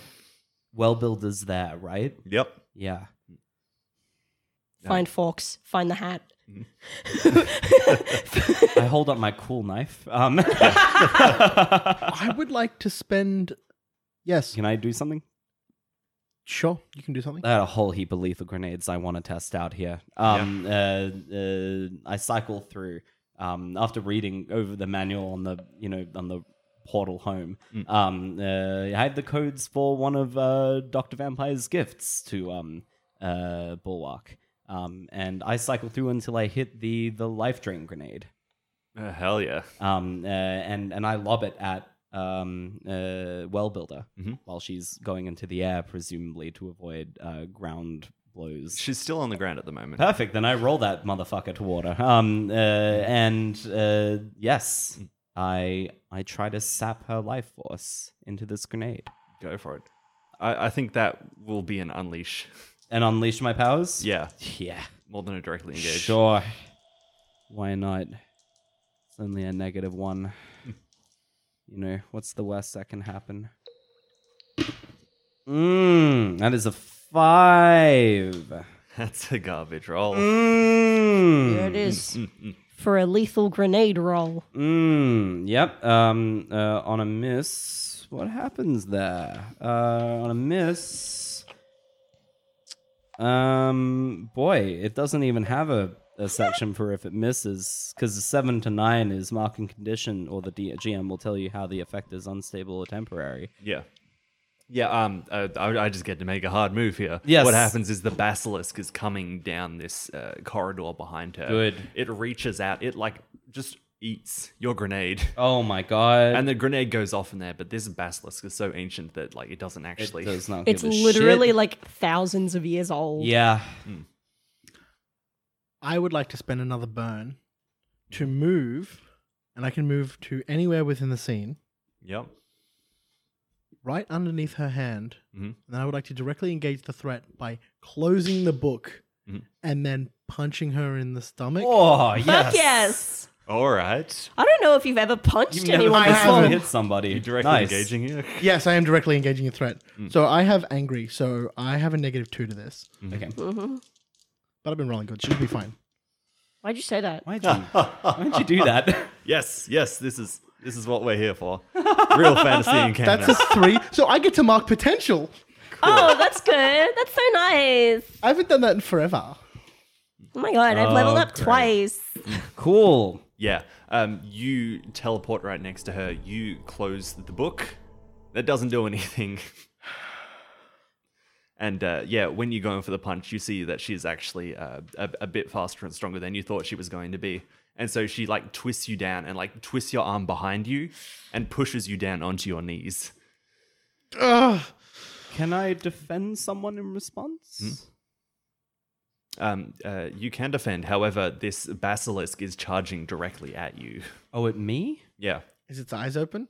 Speaker 4: Well Builder's there, right?
Speaker 2: Yep.
Speaker 4: Yeah.
Speaker 3: Find Fox. Find the hat.
Speaker 4: Mm-hmm. I hold up my cool knife. Um,
Speaker 1: I would like to spend. Yes,
Speaker 4: [LAUGHS] can I do something?
Speaker 1: sure, you can do something.
Speaker 4: I had a whole heap of lethal grenades I want to test out here. Um, uh, uh, I cycle through um, after reading over the manual on the you know on the portal home. Um, uh, I had the codes for one of uh, Doctor Vampire's gifts to um, uh, Bulwark, um, and I cycle through until I hit the the life drain grenade.
Speaker 2: Uh, hell yeah.
Speaker 4: um, uh, and and I lob it at um, uh, well builder while she's going into the air, presumably to avoid uh, ground blows.
Speaker 2: She's still on the ground at the moment.
Speaker 4: Perfect. Then I roll that motherfucker to water. Um, uh, and uh, yes, I I try to sap her life force into this grenade
Speaker 2: Go for it. I, I think that will be an unleash. [LAUGHS]
Speaker 4: and unleash my powers.
Speaker 2: Yeah,
Speaker 4: yeah,
Speaker 2: more than a directly engaged.
Speaker 4: sure. Why not? It's only a negative one. You know, what's the worst that can happen? Mmm, that is a five.
Speaker 2: [LAUGHS] That's a garbage roll.
Speaker 3: [LAUGHS]
Speaker 4: Mm.
Speaker 3: There
Speaker 4: Mmm.
Speaker 3: it is. For a lethal grenade roll.
Speaker 4: Mmm. Yep. Um. Uh, on a miss, what happens there? Uh, on a miss. Um. Boy, it doesn't even have a, a section for if it misses, because the seven to nine is marking condition, or the D- GM will tell you how the effect is unstable or temporary.
Speaker 2: Yeah. Yeah, um, uh, I, I just get to make a hard move here.
Speaker 4: Yes.
Speaker 2: What happens is the basilisk is coming down this uh, corridor behind her.
Speaker 4: Good.
Speaker 2: It reaches out. It like just eats your grenade,
Speaker 4: Oh my god.
Speaker 2: and the grenade goes off in there. But this basilisk is so ancient that like it doesn't
Speaker 4: it
Speaker 2: actually.
Speaker 4: does not
Speaker 3: It's
Speaker 4: give a
Speaker 3: literally
Speaker 4: shit.
Speaker 3: like thousands of years old.
Speaker 4: Yeah.
Speaker 1: I would like to spend another burn
Speaker 4: Mm.
Speaker 1: to move, and I can move to anywhere within the scene,
Speaker 2: Yep.
Speaker 1: right underneath her hand.
Speaker 4: Mm-hmm.
Speaker 2: Mhm.
Speaker 1: And I would like to directly engage the threat by closing the book
Speaker 2: Mhm.
Speaker 1: and then punching her in the stomach.
Speaker 4: Mm. Oh
Speaker 3: Fuck
Speaker 4: yes.
Speaker 3: yes.
Speaker 2: All right.
Speaker 3: I don't know if you've ever punched
Speaker 4: You've never
Speaker 3: anyone
Speaker 1: I
Speaker 3: before.
Speaker 1: haven't.
Speaker 4: hit somebody.
Speaker 2: You directly
Speaker 4: nice.
Speaker 2: engaging here.
Speaker 1: Yes, I am directly engaging a threat.
Speaker 2: Mm.
Speaker 1: So I have angry, so I have a negative two to this.
Speaker 4: Okay.
Speaker 3: Mhm.
Speaker 1: But I've been rolling good. She'll be fine.
Speaker 3: Why'd you say that?
Speaker 4: Why'd you, why'd you do
Speaker 2: [LAUGHS]
Speaker 4: that?
Speaker 2: Yes. Yes. This is this is what we're here for. Real fantasy
Speaker 1: [LAUGHS] That's
Speaker 2: encounter.
Speaker 1: a three. So I get to mark potential.
Speaker 3: Oh, that's good. That's so nice.
Speaker 1: I haven't done that in forever.
Speaker 3: Oh my god, I've leveled
Speaker 2: Oh,
Speaker 3: up
Speaker 2: great.
Speaker 3: twice.
Speaker 4: cool.
Speaker 2: Yeah. Um, you teleport right next to her. You close the book. That doesn't do anything. [SIGHS] And uh, yeah, when you go in for the punch, you see that she's actually uh, a, a bit faster and stronger than you thought she was going to be. And so she like twists you down and like twists your arm behind you and pushes you down onto your knees.
Speaker 1: Ugh.
Speaker 4: Can I defend someone in response?
Speaker 2: Um, uh, you can defend, however, this basilisk is charging directly at you.
Speaker 4: Oh, at me?
Speaker 2: Yeah.
Speaker 1: Is its eyes open?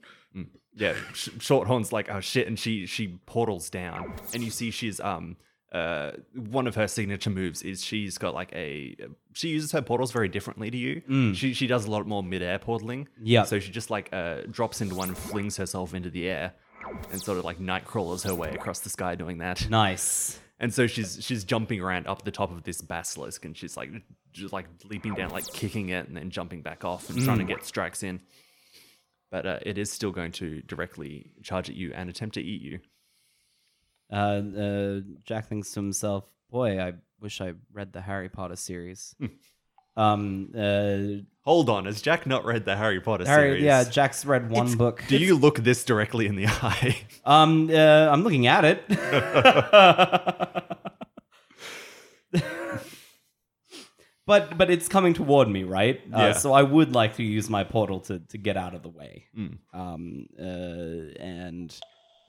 Speaker 2: yeah sh- shorthorn's like oh shit and she she portals down and you see she's um uh one of her signature moves is she's got like a she uses her portals very differently to you she she does a lot more mid-air portaling
Speaker 4: Yeah.
Speaker 2: so she just like uh drops into one and flings herself into the air and sort of like night crawls her way across the sky doing that
Speaker 4: Nice.
Speaker 2: and so she's she's jumping around up the top of this basilisk and she's like just like leaping down like kicking it and then jumping back off and
Speaker 4: Mm.
Speaker 2: trying to get strikes in but uh, it is still going to directly charge at you and attempt to eat you
Speaker 4: Uh, uh, Jack thinks to himself, "Boy, I wish I read the Harry Potter series." um, uh,
Speaker 2: hold on has jack not read the harry potter
Speaker 4: Harry,
Speaker 2: series
Speaker 4: yeah, Jack's read one book.
Speaker 2: do you look this directly in the [LAUGHS] eye
Speaker 4: Um, uh, I'm looking at it. [LAUGHS] but but it's coming toward me, right?
Speaker 2: Yeah.
Speaker 4: Uh, so I would like to use my portal to to get out of the way.
Speaker 2: Mm.
Speaker 4: Um, uh, and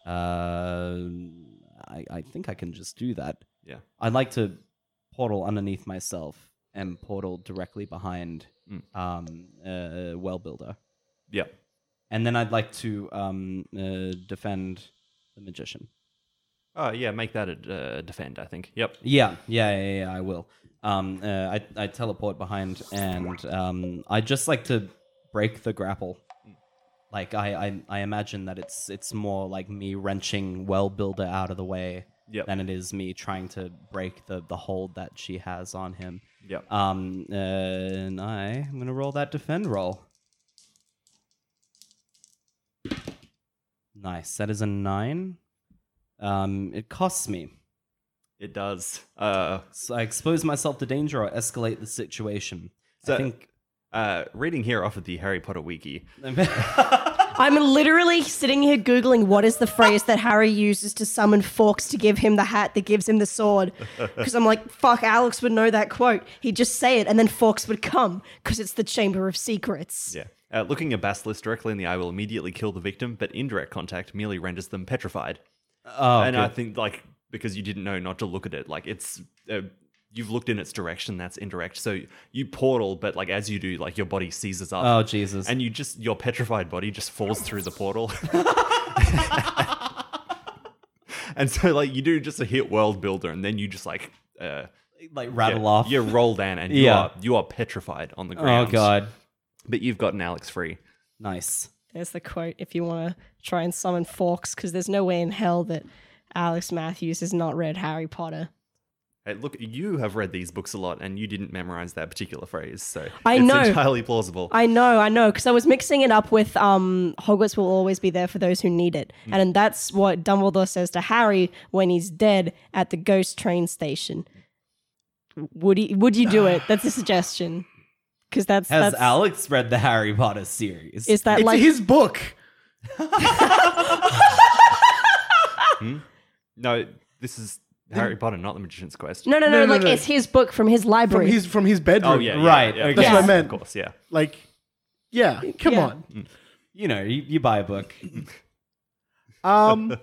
Speaker 4: uh, I I think I can just do that.
Speaker 2: yeah
Speaker 4: I'd like to portal underneath myself and portal directly behind
Speaker 2: Mm.
Speaker 4: um uh, well builder,
Speaker 2: yeah
Speaker 4: and then I'd like to um uh, defend the magician.
Speaker 2: oh yeah make that a uh, defend i think yep
Speaker 4: Yeah, yeah, yeah, yeah I will. Um, uh, I I teleport behind, and um, I just like to break the grapple. Like I, I, I imagine that it's it's more like me wrenching well builder out of the way
Speaker 2: Yep.
Speaker 4: than it is me trying to break the the hold that she has on him.
Speaker 2: yep
Speaker 4: Um, uh, and I I'm gonna roll that defend roll. Nice. That is a nine. Um, it costs me.
Speaker 2: it does uh
Speaker 4: So I expose myself to danger or escalate the situation.
Speaker 2: So-
Speaker 4: I think.
Speaker 2: uh reading here off of the harry potter wiki
Speaker 3: I'm literally sitting here Googling what is the phrase that Harry uses to summon Forks to give him the hat that gives him the sword. Because I'm like, fuck, Alex would know that quote. He'd just say it and then Forks would come because it's the Chamber of Secrets.
Speaker 2: Yeah. Uh, looking a basilisk directly in the eye will immediately kill the victim, but indirect contact merely renders them petrified.
Speaker 4: oh,
Speaker 2: and uh, I
Speaker 4: good.
Speaker 2: think, like, because you didn't know not to look at it, like, it's. Uh, You've looked in its direction. That's indirect. So you portal, but like as you do, like your body seizes up,
Speaker 4: oh Jesus!
Speaker 2: and you just your petrified body just falls through the portal. [LAUGHS] and so like you do just a hit world builder, and then you just like uh,
Speaker 4: like rattle
Speaker 2: yeah,
Speaker 4: off.
Speaker 2: You roll down, and you
Speaker 4: Yeah.
Speaker 2: are you are petrified on the
Speaker 4: oh
Speaker 2: ground.
Speaker 4: God!
Speaker 2: But you've gotten Alex free.
Speaker 4: Nice.
Speaker 3: There's the quote if you want to try and summon Forks because there's no way in hell that Alex Matthews has not read Harry Potter.
Speaker 2: Hey, look, you have read these books a lot, and you didn't memorize that particular phrase, so
Speaker 3: I
Speaker 2: it's
Speaker 3: know.
Speaker 2: entirely plausible.
Speaker 3: I know, I know, because I was mixing it up with um, Hogwarts will always be there for those who need it, and that's what Dumbledore says to Harry when he's dead at the ghost train station. Would he? Would you do it? That's a suggestion, because that's
Speaker 4: Has
Speaker 3: that's
Speaker 4: Alex read the Harry Potter series?
Speaker 3: is that
Speaker 1: It's
Speaker 3: like
Speaker 1: his book.
Speaker 2: No, this is Harry Potter, not The Magician's Quest.
Speaker 3: No, no,
Speaker 1: No,
Speaker 3: no,
Speaker 1: no,
Speaker 3: like
Speaker 1: no.
Speaker 3: it's his book from his library.
Speaker 1: from his from his bedroom.
Speaker 2: Oh yeah, yeah,
Speaker 4: Right,
Speaker 2: yeah,
Speaker 4: okay.
Speaker 1: That's what I
Speaker 3: Yes.
Speaker 1: meant.
Speaker 2: Of course, yeah.
Speaker 1: Like, yeah, come
Speaker 3: Yeah.
Speaker 1: on.
Speaker 4: You know, you, you buy a book,
Speaker 1: Um,
Speaker 2: [LAUGHS] Uh,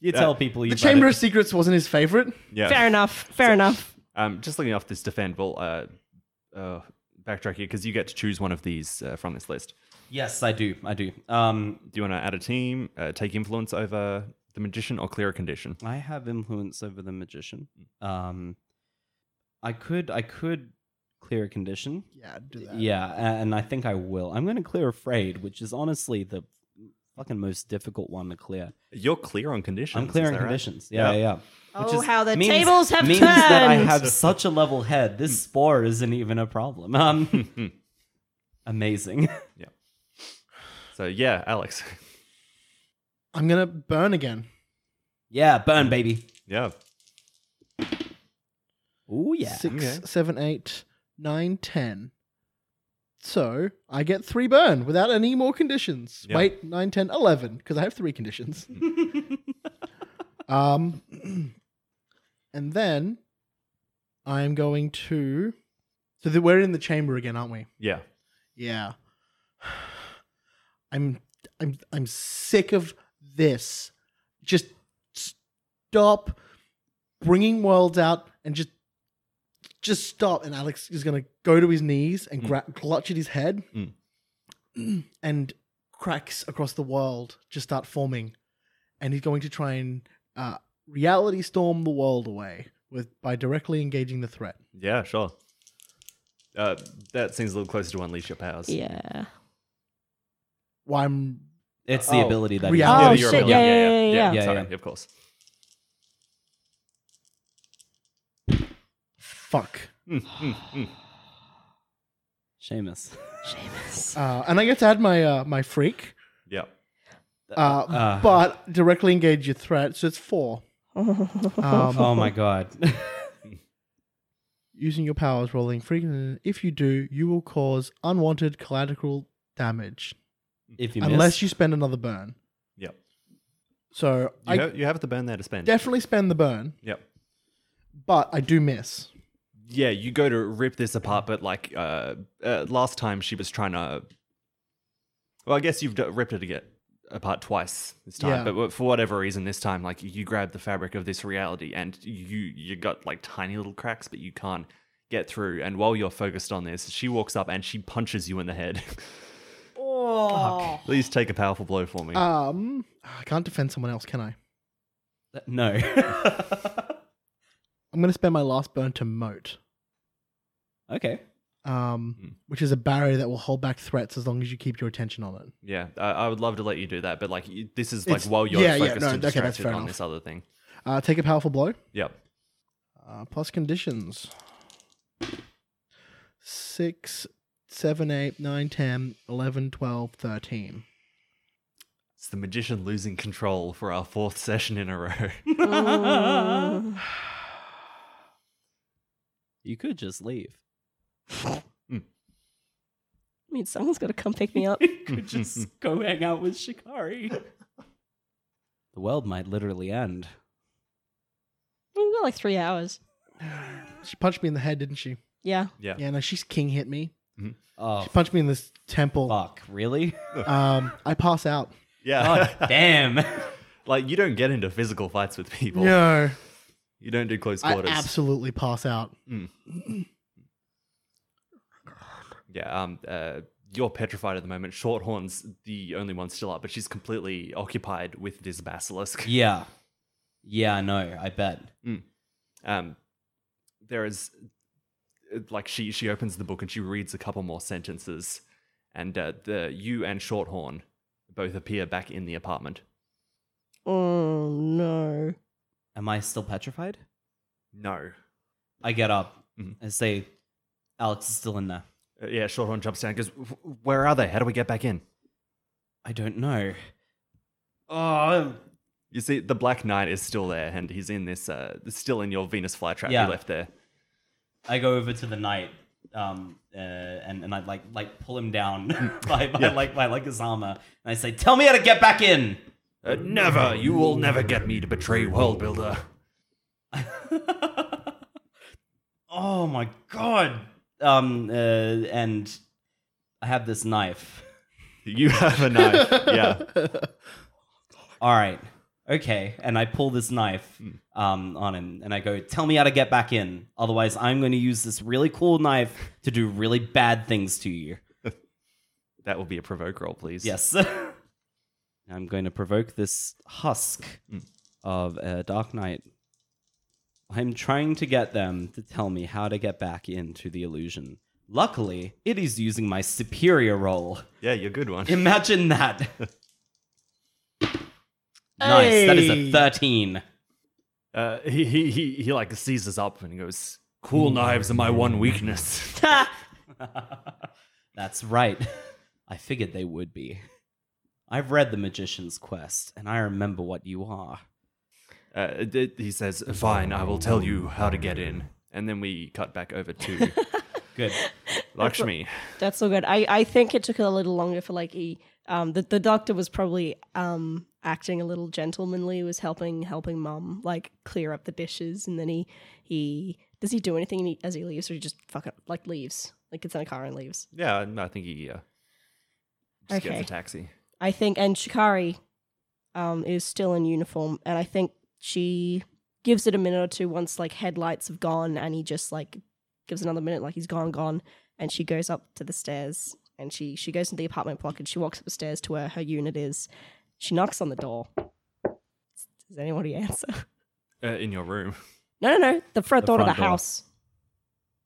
Speaker 4: you tell people you
Speaker 1: the
Speaker 4: buy
Speaker 1: Chamber
Speaker 4: it.
Speaker 1: of Secrets wasn't his favorite.
Speaker 2: Yeah.
Speaker 3: Fair enough. Fair enough.
Speaker 2: Um, just looking off this defendable uh, uh, backtrack here because you get to choose one of these uh, from this list.
Speaker 4: Yes, I do. I do. Um,
Speaker 2: Do you want to add a team, uh, take influence over the magician, or clear a condition?
Speaker 4: I have influence over the magician.
Speaker 2: Hmm.
Speaker 4: Um, I could, I could clear a condition.
Speaker 1: Yeah, do that.
Speaker 4: Yeah, a- and I think I will. I'm going to clear afraid, which is honestly the fucking most difficult one to clear.
Speaker 2: You're clear on conditions.
Speaker 4: I'm
Speaker 2: is
Speaker 4: clearing
Speaker 2: that right?
Speaker 4: conditions. Yeah,
Speaker 2: Yep.
Speaker 4: yeah. yeah.
Speaker 3: Oh, how the
Speaker 4: means-
Speaker 3: tables have
Speaker 4: means that I
Speaker 3: turned.
Speaker 2: [LAUGHS]
Speaker 4: have such a level head. This
Speaker 2: Hmm.
Speaker 4: spore isn't even a problem. [LAUGHS] Um, amazing. [LAUGHS]
Speaker 2: So yeah, Alex. [LAUGHS]
Speaker 1: I'm gonna burn again.
Speaker 4: yeah, burn, baby.
Speaker 2: yeah.
Speaker 4: Oh yeah.
Speaker 1: Six,
Speaker 2: Okay.
Speaker 1: seven, eight, nine, ten. So I get three burn without any more conditions.
Speaker 2: Yeah.
Speaker 1: Wait, nine, ten, eleven, because I have three conditions. um, and then I am going to. So that we're in the chamber again, aren't we?
Speaker 2: Yeah.
Speaker 1: Yeah. I'm I'm I'm sick of this. Just stop bringing worlds out and just just stop and Alex is going to go to his knees and gra- clutch at his head [CLEARS THROAT] and cracks across the world just start forming and he's going to try and uh, reality storm the world away with by directly engaging the threat.
Speaker 2: Yeah. Sure. Uh, that seems a little closer to unleash your powers.
Speaker 3: Yeah.
Speaker 1: Why I'm
Speaker 4: It's the
Speaker 2: Oh,
Speaker 4: ability that
Speaker 1: reality.
Speaker 3: Oh,
Speaker 2: Yeah,
Speaker 4: he
Speaker 2: you're
Speaker 4: has.
Speaker 2: a
Speaker 3: shit,
Speaker 2: villain.
Speaker 3: yeah, yeah, yeah, yeah.
Speaker 4: Yeah,
Speaker 2: Sorry,
Speaker 4: yeah.
Speaker 2: of course.
Speaker 1: fuck.
Speaker 2: Mm, [LAUGHS]
Speaker 4: Seamus.
Speaker 3: Seamus.
Speaker 1: Uh, and I get to add my uh, my freak.
Speaker 2: Yeah.
Speaker 1: Uh, but directly engage your threat, so it's four.
Speaker 3: [LAUGHS]
Speaker 1: Um,
Speaker 4: Oh
Speaker 2: [LAUGHS]
Speaker 4: my god.
Speaker 1: Using your powers, rolling frequently. If you do, you will cause unwanted collateral damage
Speaker 4: if you miss,
Speaker 1: unless you spend another burn.
Speaker 2: Yeah.
Speaker 1: So
Speaker 2: You,
Speaker 1: I
Speaker 2: have, you have the burn there to spend.
Speaker 1: definitely spend the burn,
Speaker 2: yep.
Speaker 1: but I do miss.
Speaker 2: yeah, you go to rip this apart, but like uh, uh last time she was trying to. Well, I guess you've d- ripped it again apart twice this time,
Speaker 1: Yeah.
Speaker 2: but w- for whatever reason, this time like you grab the fabric of this reality and you you got like tiny little cracks, but you can't get through. And while you're focused on this, she walks up and she punches you in the head. [LAUGHS]
Speaker 3: oh.
Speaker 2: Please take a powerful blow for me.
Speaker 1: Um, I can't defend someone else, can I?
Speaker 4: no. [LAUGHS]
Speaker 1: I'm going to spend my last burn to moat,
Speaker 4: okay.
Speaker 1: um,
Speaker 4: Hmm.
Speaker 1: which is a barrier that will hold back threats as long as you keep your attention on it.
Speaker 2: yeah, I, I would love to let you do that, but like you, this is like
Speaker 1: It's-
Speaker 2: while you're
Speaker 1: yeah, yeah,
Speaker 2: focused
Speaker 1: no,
Speaker 2: and
Speaker 1: okay, that's
Speaker 2: distracted
Speaker 1: fair
Speaker 2: on
Speaker 1: enough.
Speaker 2: this other thing.
Speaker 1: Uh, take a powerful blow.
Speaker 2: Yep.
Speaker 1: Uh, plus conditions. Six, seven, eight, nine, ten, eleven, twelve, thirteen. [SIGHS]
Speaker 2: It's the magician losing control for our fourth session in a row. [LAUGHS]
Speaker 3: Mm.
Speaker 4: [LAUGHS] You could just leave.
Speaker 3: I mean, someone's got to come pick
Speaker 4: [LAUGHS]
Speaker 3: me up.
Speaker 4: could just go hang out with
Speaker 2: [LAUGHS]
Speaker 4: Shikari. The world might literally end.
Speaker 3: We've got like three hours.
Speaker 1: She punched me in the head, didn't she?
Speaker 3: Yeah.
Speaker 2: Yeah.
Speaker 1: Yeah, no, she's king hit me.
Speaker 4: Oh
Speaker 1: She punched me in this temple.
Speaker 4: fuck! [LAUGHS] Really?
Speaker 1: Um, I pass out.
Speaker 2: Yeah.
Speaker 4: God Oh,
Speaker 2: [LAUGHS]
Speaker 4: damn!
Speaker 2: like you don't get into physical fights with people.
Speaker 1: No,
Speaker 2: You don't do close
Speaker 1: I
Speaker 2: quarters.
Speaker 1: absolutely pass out.
Speaker 2: yeah. Um uh you're petrified at the moment. Shorthorn's the only one still up, but she's completely occupied with this basilisk.
Speaker 4: yeah, yeah. I know. I bet.
Speaker 2: Um there is uh, like she she opens the book and she reads a couple more sentences and uh, the you and Shorthorn both appear back in the apartment.
Speaker 3: Oh no.
Speaker 4: Am I still petrified?
Speaker 2: No.
Speaker 4: I get up
Speaker 2: Mhm.
Speaker 4: and say, "Alex is still in there."
Speaker 2: Uh, yeah, Shorthorn jumps down and goes, "Wh- "Where are they? How do we get back in?"
Speaker 4: I don't know. Oh,
Speaker 2: You see, the Black Knight is still there, and he's in this, uh, still in your Venus flytrap
Speaker 4: Yeah.
Speaker 2: you left there.
Speaker 4: I go over to the knight, um, uh, and and I like [LAUGHS] like pull him down by, by
Speaker 2: Yeah.
Speaker 4: like by like his armor, and I say, "Tell me how to get back in." [LAUGHS]
Speaker 2: Uh, never! You will never get me to betray World Builder.
Speaker 4: oh my god. Um, uh, and I have this knife.
Speaker 2: You have a
Speaker 4: [LAUGHS]
Speaker 2: knife. yeah.
Speaker 4: All right, okay. And I pull this knife um, on him, and I go, "Tell me how to get back in. Otherwise, I'm going to use this really cool knife to do really bad things to you."
Speaker 2: That will be a provoke roll, please.
Speaker 4: Yes. [LAUGHS] I'm going to provoke this husk
Speaker 2: Mm.
Speaker 4: of a Dark Knight. I'm trying to get them to tell me how to get back into the illusion. Luckily, it is using my superior roll.
Speaker 2: Yeah, you're a good one.
Speaker 4: Imagine that. nice. That is a
Speaker 1: Hey.
Speaker 4: 13.
Speaker 2: Uh, he, he, he, he like seizes up and he goes, Cool
Speaker 4: Hmm.
Speaker 2: knives are my one weakness.
Speaker 4: That's right. [LAUGHS] I figured they would be. I've read The Magician's Quest, and I remember what you are.
Speaker 2: [LAUGHS] Uh, d- he says, Fine, I will tell you how to get in. And then we cut back over
Speaker 4: [LAUGHS]
Speaker 2: to
Speaker 4: Good.
Speaker 2: Lakshmi.
Speaker 3: That's so good. I, I think it took a little longer for like E. Um, the the doctor was probably um acting a little gentlemanly. Was helping helping mum like clear up the dishes, and then he he does he do anything he- as he leaves, or he just fuck up, like leaves, like gets in a car and leaves.
Speaker 2: Yeah, no, I think he uh, just
Speaker 3: Okay.
Speaker 2: gets a taxi.
Speaker 3: I think, and Shikari um, is still in uniform, and I think she gives it a minute or two once like headlights have gone, and he just like gives another minute, like he's gone, gone, and she goes up to the stairs, and she she goes into the apartment block, and she walks up the stairs to where her unit is. She knocks on the door. Does anybody answer?
Speaker 2: Uh, in your room.
Speaker 3: No, no, no. The front
Speaker 4: The
Speaker 3: door
Speaker 4: front
Speaker 3: of the
Speaker 4: door.
Speaker 3: house.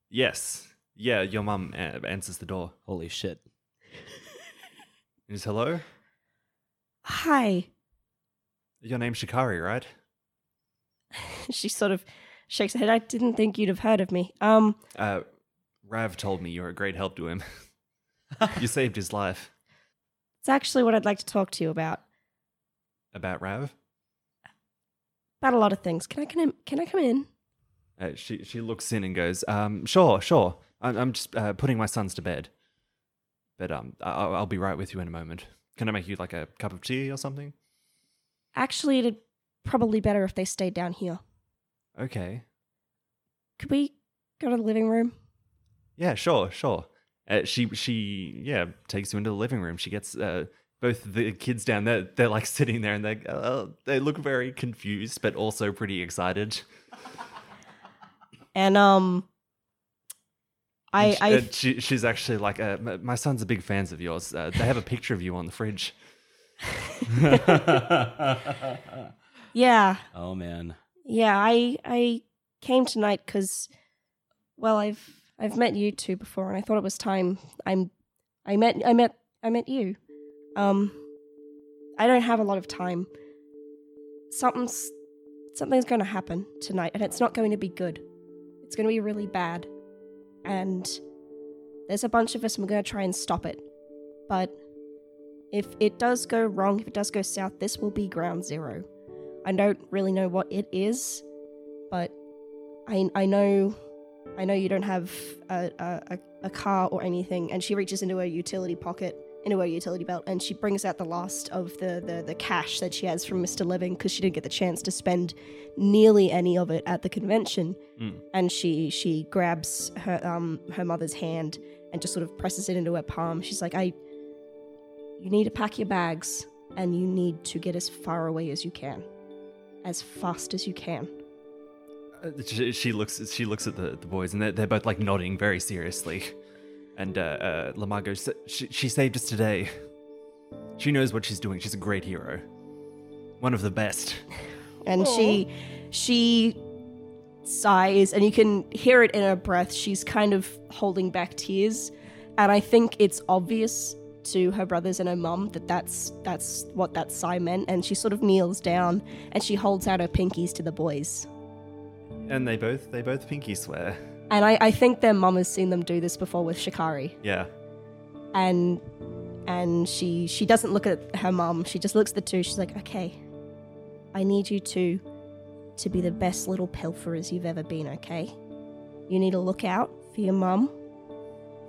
Speaker 2: Yes. Yeah, your mum uh, answers the door.
Speaker 4: Holy shit. [LAUGHS]
Speaker 2: He says, Hello?
Speaker 3: Hi. [LAUGHS]
Speaker 2: Your name's Shikari, right?
Speaker 3: She sort of shakes her head. I didn't think you'd have heard of me. Um.
Speaker 2: Uh, Rav told me you're a great help to him. [LAUGHS] you saved his life.
Speaker 3: It's actually what I'd like to talk to you about.
Speaker 2: About Rav?
Speaker 3: About a lot of things. Can I can I, can I come in?
Speaker 2: Uh, she she looks in and goes, um, "Sure, sure. I'm, I'm just uh, putting my sons to bed, but um, I- I'll, I'll be right with you in a moment. Can I make you like a cup of tea or something?
Speaker 3: Actually, it'd probably better if they stayed down here.
Speaker 2: Okay.
Speaker 3: Could we go to the living room?
Speaker 2: Yeah, sure, sure. Uh, she she yeah takes you into the living room. She gets uh, both the kids down there. They're like sitting there and they uh, they look very confused, but also pretty excited.
Speaker 3: And um, I
Speaker 2: And
Speaker 3: I
Speaker 2: she, uh, she, she's actually like, uh, "My- my sons are big fans of yours. Uh, they have a picture of you on the fridge.
Speaker 3: yeah
Speaker 4: oh, man.
Speaker 3: yeah I I came tonight because well I've I've met you two before and I thought it was time I'm I met I met I met you. Um, I don't have a lot of time. Something's something's going to happen tonight, and it's not going to be good. It's going to be really bad, and there's a bunch of us, and we're going to try and stop it. But if it does go wrong, if it does go south, this will be ground zero. I don't really know what it is, but I I know I know you don't have a, a, a, a car or anything. And she reaches into her utility pocket, into her utility belt, and she brings out the last of the, the, the cash that she has from Mr. Living because she didn't get the chance to spend nearly any of it at the convention.
Speaker 2: Mm.
Speaker 3: And she she grabs her um her mother's hand and just sort of presses it into her palm. She's like, I you need to pack your bags and you need to get as far away as you can. As fast as you can.
Speaker 2: Uh, she, she looks she looks at the, the boys and they're, they're both like nodding very seriously and uh, uh lamar goes she, she saved us today she knows what she's doing she's a great hero one of the best
Speaker 3: and she she sighs and you can hear it in her breath she's kind of holding back tears and i think it's obvious to her brothers and her mum that that's that's what that sigh meant and she sort of kneels down and she holds out her pinkies to the boys
Speaker 2: and they both they both pinky swear
Speaker 3: and i, I think their mum has seen them do this before with shikari
Speaker 2: yeah
Speaker 3: and and she she doesn't look at her mum she just looks at the two she's like okay i need you two to be the best little pilferers you've ever been okay you need to look out for your mum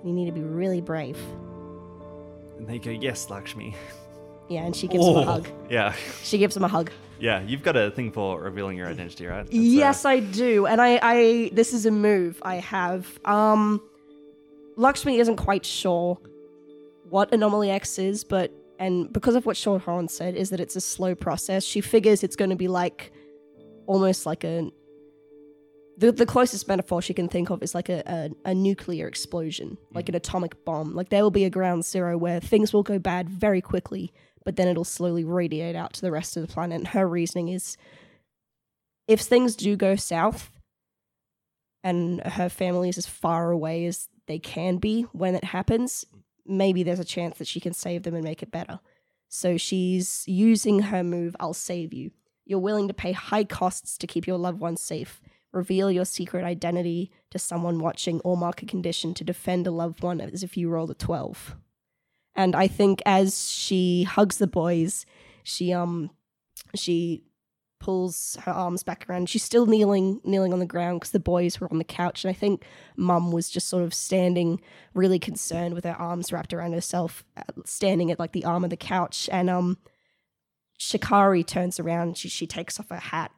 Speaker 3: you need to be really brave
Speaker 2: and they go yes lakshmi
Speaker 3: Yeah, and she gives
Speaker 2: Oh.
Speaker 3: him a hug.
Speaker 2: [LAUGHS] Yeah.
Speaker 3: She gives him a hug.
Speaker 2: Yeah. You've got a thing for revealing your identity, right? That's, uh,
Speaker 3: yes, I do. And I, I this is a move I have. Um Lakshmi isn't quite sure what Anomaly X is, but and because of what Sean Horan said is that it's a slow process, she figures it's gonna be like almost like a the, the closest metaphor she can think of is like a, a, a nuclear explosion,
Speaker 2: Hmm.
Speaker 3: like an atomic bomb. Like there will be a ground zero where things will go bad very quickly, but then it'll slowly radiate out to the rest of the planet. And her reasoning is if things do go south and her family is as far away as they can be when it happens, maybe there's a chance that she can save them and make it better. So she's using her move, I'll save you. You're willing to pay high costs to keep your loved ones safe. Reveal your secret identity to someone watching or mark a condition to defend a loved one as if you rolled a 12. And I think as she hugs the boys, she um she pulls her arms back around. She's still kneeling, kneeling on the ground because the boys were on the couch, and I think Mum was just sort of standing, really concerned, with her arms wrapped around herself, uh, standing at like the arm of the couch. And um, Shikari turns around. She she takes off her hat,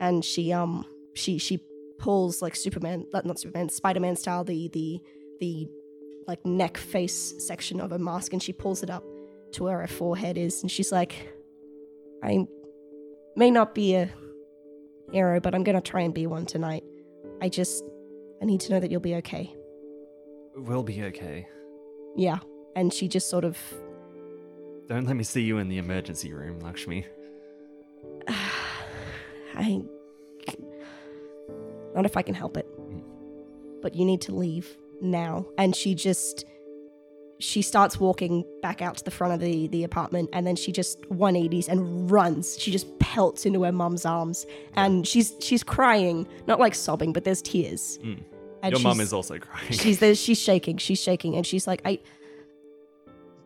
Speaker 3: and she um she she pulls like Superman, not not Superman, Spider Man style the the the like neck face section of her mask, and she pulls it up to where her forehead is, and she's like, I'm may not be a hero, but I'm gonna try and be one tonight. I just I need to know that you'll be okay.
Speaker 2: We'll be okay.
Speaker 3: Yeah. And she just sort of [SIGHS]
Speaker 2: Don't let me see you in the emergency room, Lakshmi.
Speaker 3: I not if I can help it. But you need to leave now. And she just she starts walking back out to the front of the, the apartment and then she just 180s and runs. She just pelts into her mum's arms and she's she's crying, not like sobbing, but there's tears.
Speaker 2: Mm.
Speaker 3: And
Speaker 2: your mum
Speaker 3: she's-
Speaker 2: is also crying.
Speaker 3: she's there, she's shaking she's shaking and she's like i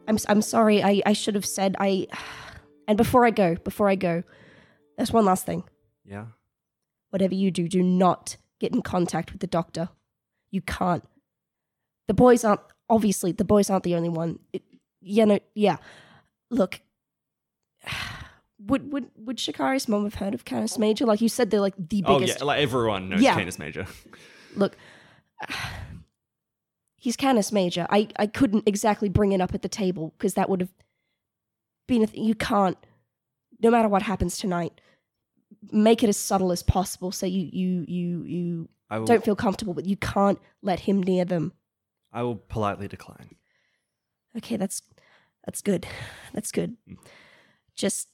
Speaker 3: i'm, I'm sorry I, I should have said i [SIGHS] and before i go before i go there's one last thing
Speaker 2: [LAUGHS] yeah.
Speaker 3: whatever you do do not get in contact with the doctor you can't the boys aren't obviously the boys aren't the only one it, yeah no yeah look [SIGHS] would would would shikari's mom have heard of canis major like you said they're like the
Speaker 2: Oh
Speaker 3: biggest
Speaker 2: yeah, like everyone knows
Speaker 3: Yeah.
Speaker 2: Canis Major.
Speaker 3: Look, [SIGHS] he's Canis Major. I, I couldn't exactly bring it up at the table because that would have been a thing. You can't, no matter what happens tonight, make it as subtle as possible so you, you, you, you
Speaker 2: I will
Speaker 3: don't feel comfortable, but you can't let him near them.
Speaker 2: I will politely decline.
Speaker 3: Okay, that's that's good. That's good. Just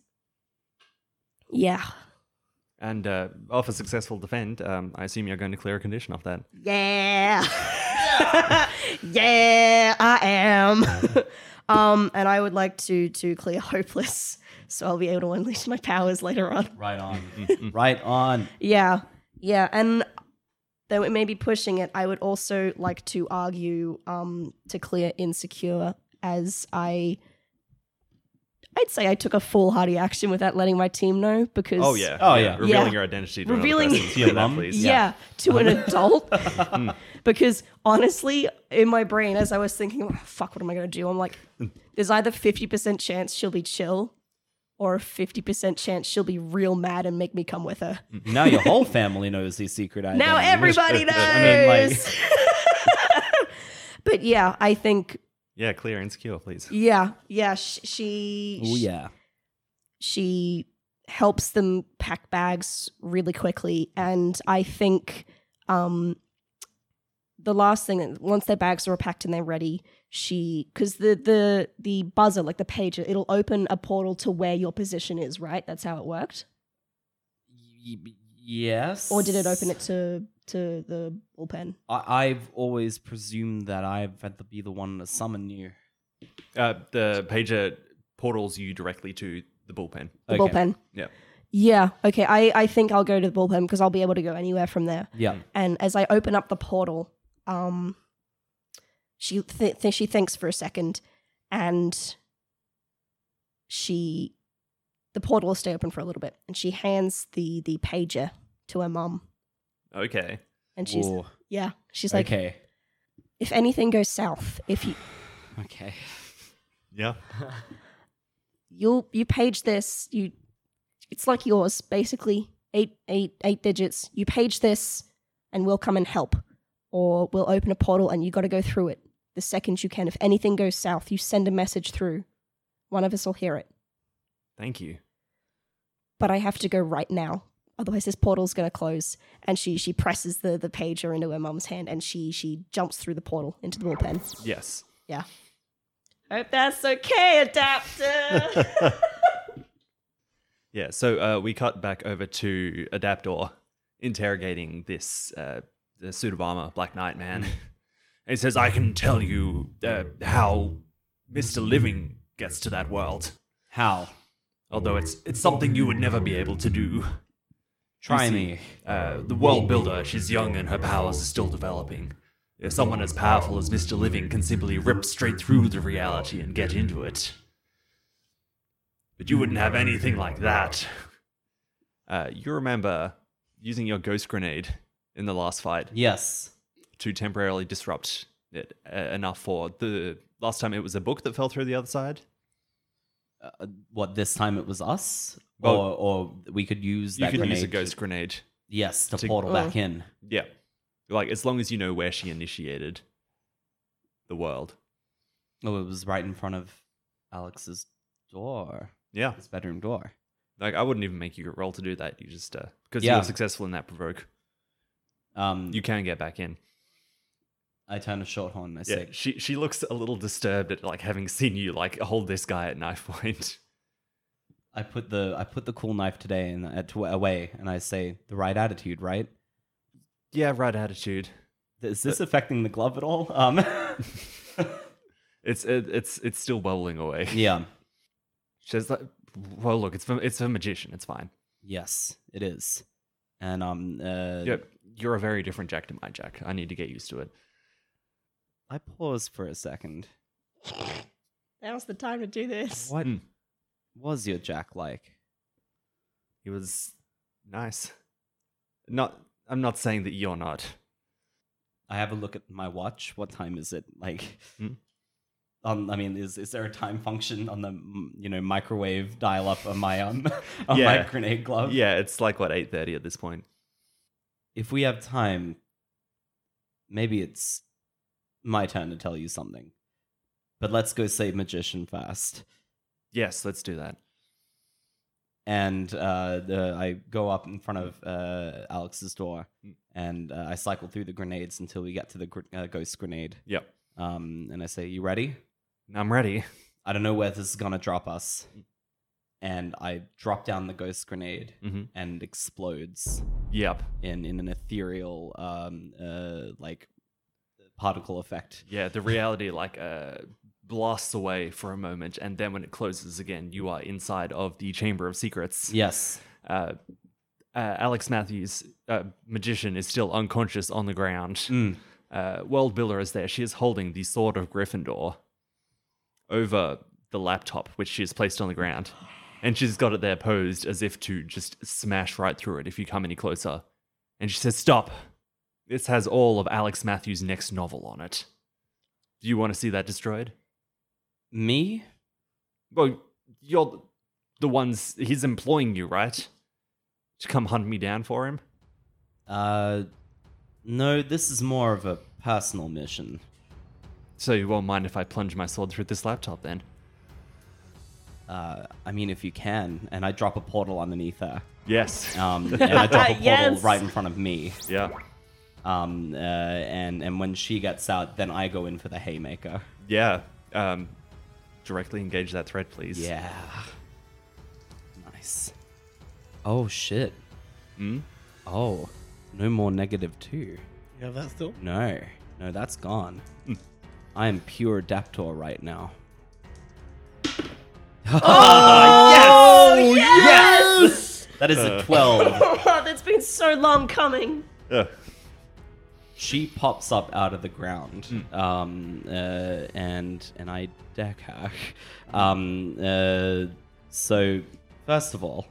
Speaker 3: yeah.
Speaker 2: And uh, offer successful defend. Um, I assume you're going to clear a condition off that.
Speaker 3: Yeah. [LAUGHS] yeah, I am. [LAUGHS] um, and I would like to to clear [LAUGHS] hopeless, so I'll be able to unleash my powers later on.
Speaker 4: Right on. [LAUGHS] right on.
Speaker 3: Yeah, yeah, and though it may be pushing it, I would also like to argue um, to clear insecure as I. I'd say I took a foolhardy action without letting my team know because
Speaker 2: Oh yeah.
Speaker 4: Oh, yeah.
Speaker 2: Revealing
Speaker 3: Yeah.
Speaker 2: your identity to another
Speaker 3: Revealing-
Speaker 2: person.
Speaker 4: To your
Speaker 2: Yeah,
Speaker 4: mum?
Speaker 2: please.
Speaker 3: [LAUGHS] yeah, to
Speaker 4: [LAUGHS]
Speaker 3: an adult
Speaker 4: Hmm.
Speaker 3: because honestly in my brain as i was thinking "Oh, fuck what am i going to do i'm like there's either 50% chance she'll be chill or a 50% chance she'll be real mad and make me come with her
Speaker 4: Now your whole family knows his secret identity.
Speaker 3: now everybody knows [LAUGHS]
Speaker 4: [LAUGHS] I mean, like,
Speaker 3: but yeah i think
Speaker 2: Yeah, clear insecure, please.
Speaker 3: yeah yeah sh- she
Speaker 4: oh yeah.
Speaker 3: she helps them pack bags really quickly and i think um the last thing once their bags are packed and they're ready she because the the the buzzer like the pager it'll open a portal to where your position is right that's how it worked
Speaker 4: Y- y- yes.
Speaker 3: or did it open it to to the bullpen
Speaker 4: I- I've always presumed that I've had to be the one to summon you.
Speaker 2: Uh, the pager portals you directly to the bullpen.
Speaker 3: the
Speaker 4: Okay.
Speaker 3: bullpen
Speaker 2: Yeah.
Speaker 3: yeah okay i i think i'll go to the bullpen because i'll be able to go anywhere from there
Speaker 4: Yeah.
Speaker 3: and as I open up the portal, um, she th- th- she thinks for a second, and she the portal will stay open for a little bit, and she hands the the pager to her mum,
Speaker 2: Okay.
Speaker 3: and she's
Speaker 4: Whoa.
Speaker 3: yeah, she's like,
Speaker 4: okay.
Speaker 3: if [LAUGHS] anything goes south, if you
Speaker 4: Okay.
Speaker 2: Yeah.
Speaker 3: you'll you page this you it's like yours basically eight eight eight digits you page this and we'll come and help or we'll open a portal and you got to go through it the second you can if anything goes south you send a message through one of us will hear it
Speaker 2: Thank you.
Speaker 3: but i have to go right now otherwise this portal's going to close and she she presses the the pager into her mum's hand and she she jumps through the portal into the bullpen
Speaker 2: Yes.
Speaker 3: yeah hope that's
Speaker 2: [LAUGHS]
Speaker 3: okay adapter
Speaker 2: Yeah. So uh, we cut back over to Adaptor interrogating this uh, the suit of armor Black Knight man. And he says, "I can tell you uh, how Mister Living gets to that world,
Speaker 4: How?
Speaker 2: although it's it's something you would never be able to do."
Speaker 4: Try
Speaker 2: You see,
Speaker 4: me.
Speaker 2: Uh, the world builder, she's young and her powers are still developing. If someone as powerful as Mr. Living can simply rip straight through the reality and get into it. But you wouldn't have anything like that. Uh, you remember using your ghost grenade in the last fight
Speaker 4: Yes.
Speaker 2: to temporarily disrupt it uh, enough for the last time it was a book that fell through the other side?
Speaker 4: Uh, what this time it was us,
Speaker 2: Well-
Speaker 4: or or we could use
Speaker 2: You
Speaker 4: that
Speaker 2: could
Speaker 4: grenade
Speaker 2: use a
Speaker 4: to-
Speaker 2: ghost grenade.
Speaker 4: yes to,
Speaker 2: to-
Speaker 4: portal back in.
Speaker 2: Yeah. Like, as long as you know where she initiated the world.
Speaker 4: Oh, it was right in front of Alex's door,
Speaker 2: Yeah.
Speaker 4: his bedroom door.
Speaker 2: Like I wouldn't even make you roll to do that. You just because
Speaker 4: Yeah.
Speaker 2: you're successful in that provoke,
Speaker 4: Um,
Speaker 2: you can get back in.
Speaker 4: I turn a short horn. and I
Speaker 2: Yeah,
Speaker 4: say,
Speaker 2: she she looks a little disturbed at like having seen you like hold this guy at knife [LAUGHS] point.
Speaker 4: I put the I put the cool knife today and uh, to, away, and I say the right attitude, right?
Speaker 2: Yeah, right attitude.
Speaker 4: Is
Speaker 2: Uh.
Speaker 4: this affecting the glove at all? Um, [LAUGHS]
Speaker 2: It's it, it's it's still bubbling away.
Speaker 4: yeah.
Speaker 2: She's like, well, look, it's for, it's a magician. It's fine.
Speaker 4: Yes, it is. And um, uh,
Speaker 2: Yep, you're a very different Jack to my Jack. I need to get used to it.
Speaker 4: I pause for a second.
Speaker 3: now's the time to do this
Speaker 4: What
Speaker 2: Hmm.
Speaker 4: was your Jack like?
Speaker 2: He was nice. Not. I'm not saying that you're not.
Speaker 4: I have a look at my watch. What time is it? Like,
Speaker 2: Hmm?
Speaker 4: um, I mean, is is there a time function on the mm, you know microwave dial up on my um [LAUGHS] on my
Speaker 2: Yeah.
Speaker 4: grenade glove?
Speaker 2: yeah, it's like what eight thirty at this point.
Speaker 4: If we have time, maybe it's my turn to tell you something. But let's go save magician fast.
Speaker 2: Yes, let's do that.
Speaker 4: and uh, the, I go up in front of uh, Alex's door,
Speaker 2: Hmm.
Speaker 4: and uh, I cycle through the grenades until we get to the gr- uh, ghost grenade.
Speaker 2: Yep.
Speaker 4: Um, and I say, "You ready?
Speaker 2: I'm ready.
Speaker 4: I don't know where this is gonna drop us." And I drop down the ghost grenade
Speaker 2: Mm-hmm.
Speaker 4: and explodes
Speaker 2: Yep.
Speaker 4: in in an ethereal um, uh, like particle effect.
Speaker 2: Yeah, the reality like uh, blasts away for a moment, and then when it closes again, you are inside of the Chamber of Secrets.
Speaker 4: Yes.
Speaker 2: Uh, uh, Alex Matthews, uh, magician, is still unconscious on the ground.
Speaker 4: Mm.
Speaker 2: Uh, World Biller is there. She is holding the Sword of Gryffindor over the laptop, which she has placed on the ground. And she's got it there posed as if to just smash right through it if you come any closer. And she says, Stop. This has all of Alex Matthews' next novel on it. Do you want to see that destroyed?
Speaker 4: Me?
Speaker 2: Well, you're the ones. He's employing you, right? To come hunt me down for him?
Speaker 4: Uh, no. This is more of a personal mission.
Speaker 2: So you won't mind if I plunge my sword through this laptop then?
Speaker 4: Uh, I mean, if you can, and I drop a portal underneath her,
Speaker 2: Yes.
Speaker 4: um, and I drop a portal
Speaker 3: Yes.
Speaker 4: right in front of me,
Speaker 2: yeah.
Speaker 4: um, uh, and and when she gets out, then I go in for the haymaker.
Speaker 2: Yeah. Um, directly engage that thread, please.
Speaker 4: Yeah, nice. Oh shit.
Speaker 2: Hmm?
Speaker 4: Oh, no more negative two.
Speaker 1: You have that still?
Speaker 4: No, no, that's gone. I am pure Daptor right now. [LAUGHS]
Speaker 1: Oh, yes! Uh.
Speaker 4: That is a twelve.
Speaker 3: [LAUGHS] that's been so long coming
Speaker 2: Ugh.
Speaker 4: she pops up out of the ground, um, uh, and and I deck her. Um, uh, so first of all,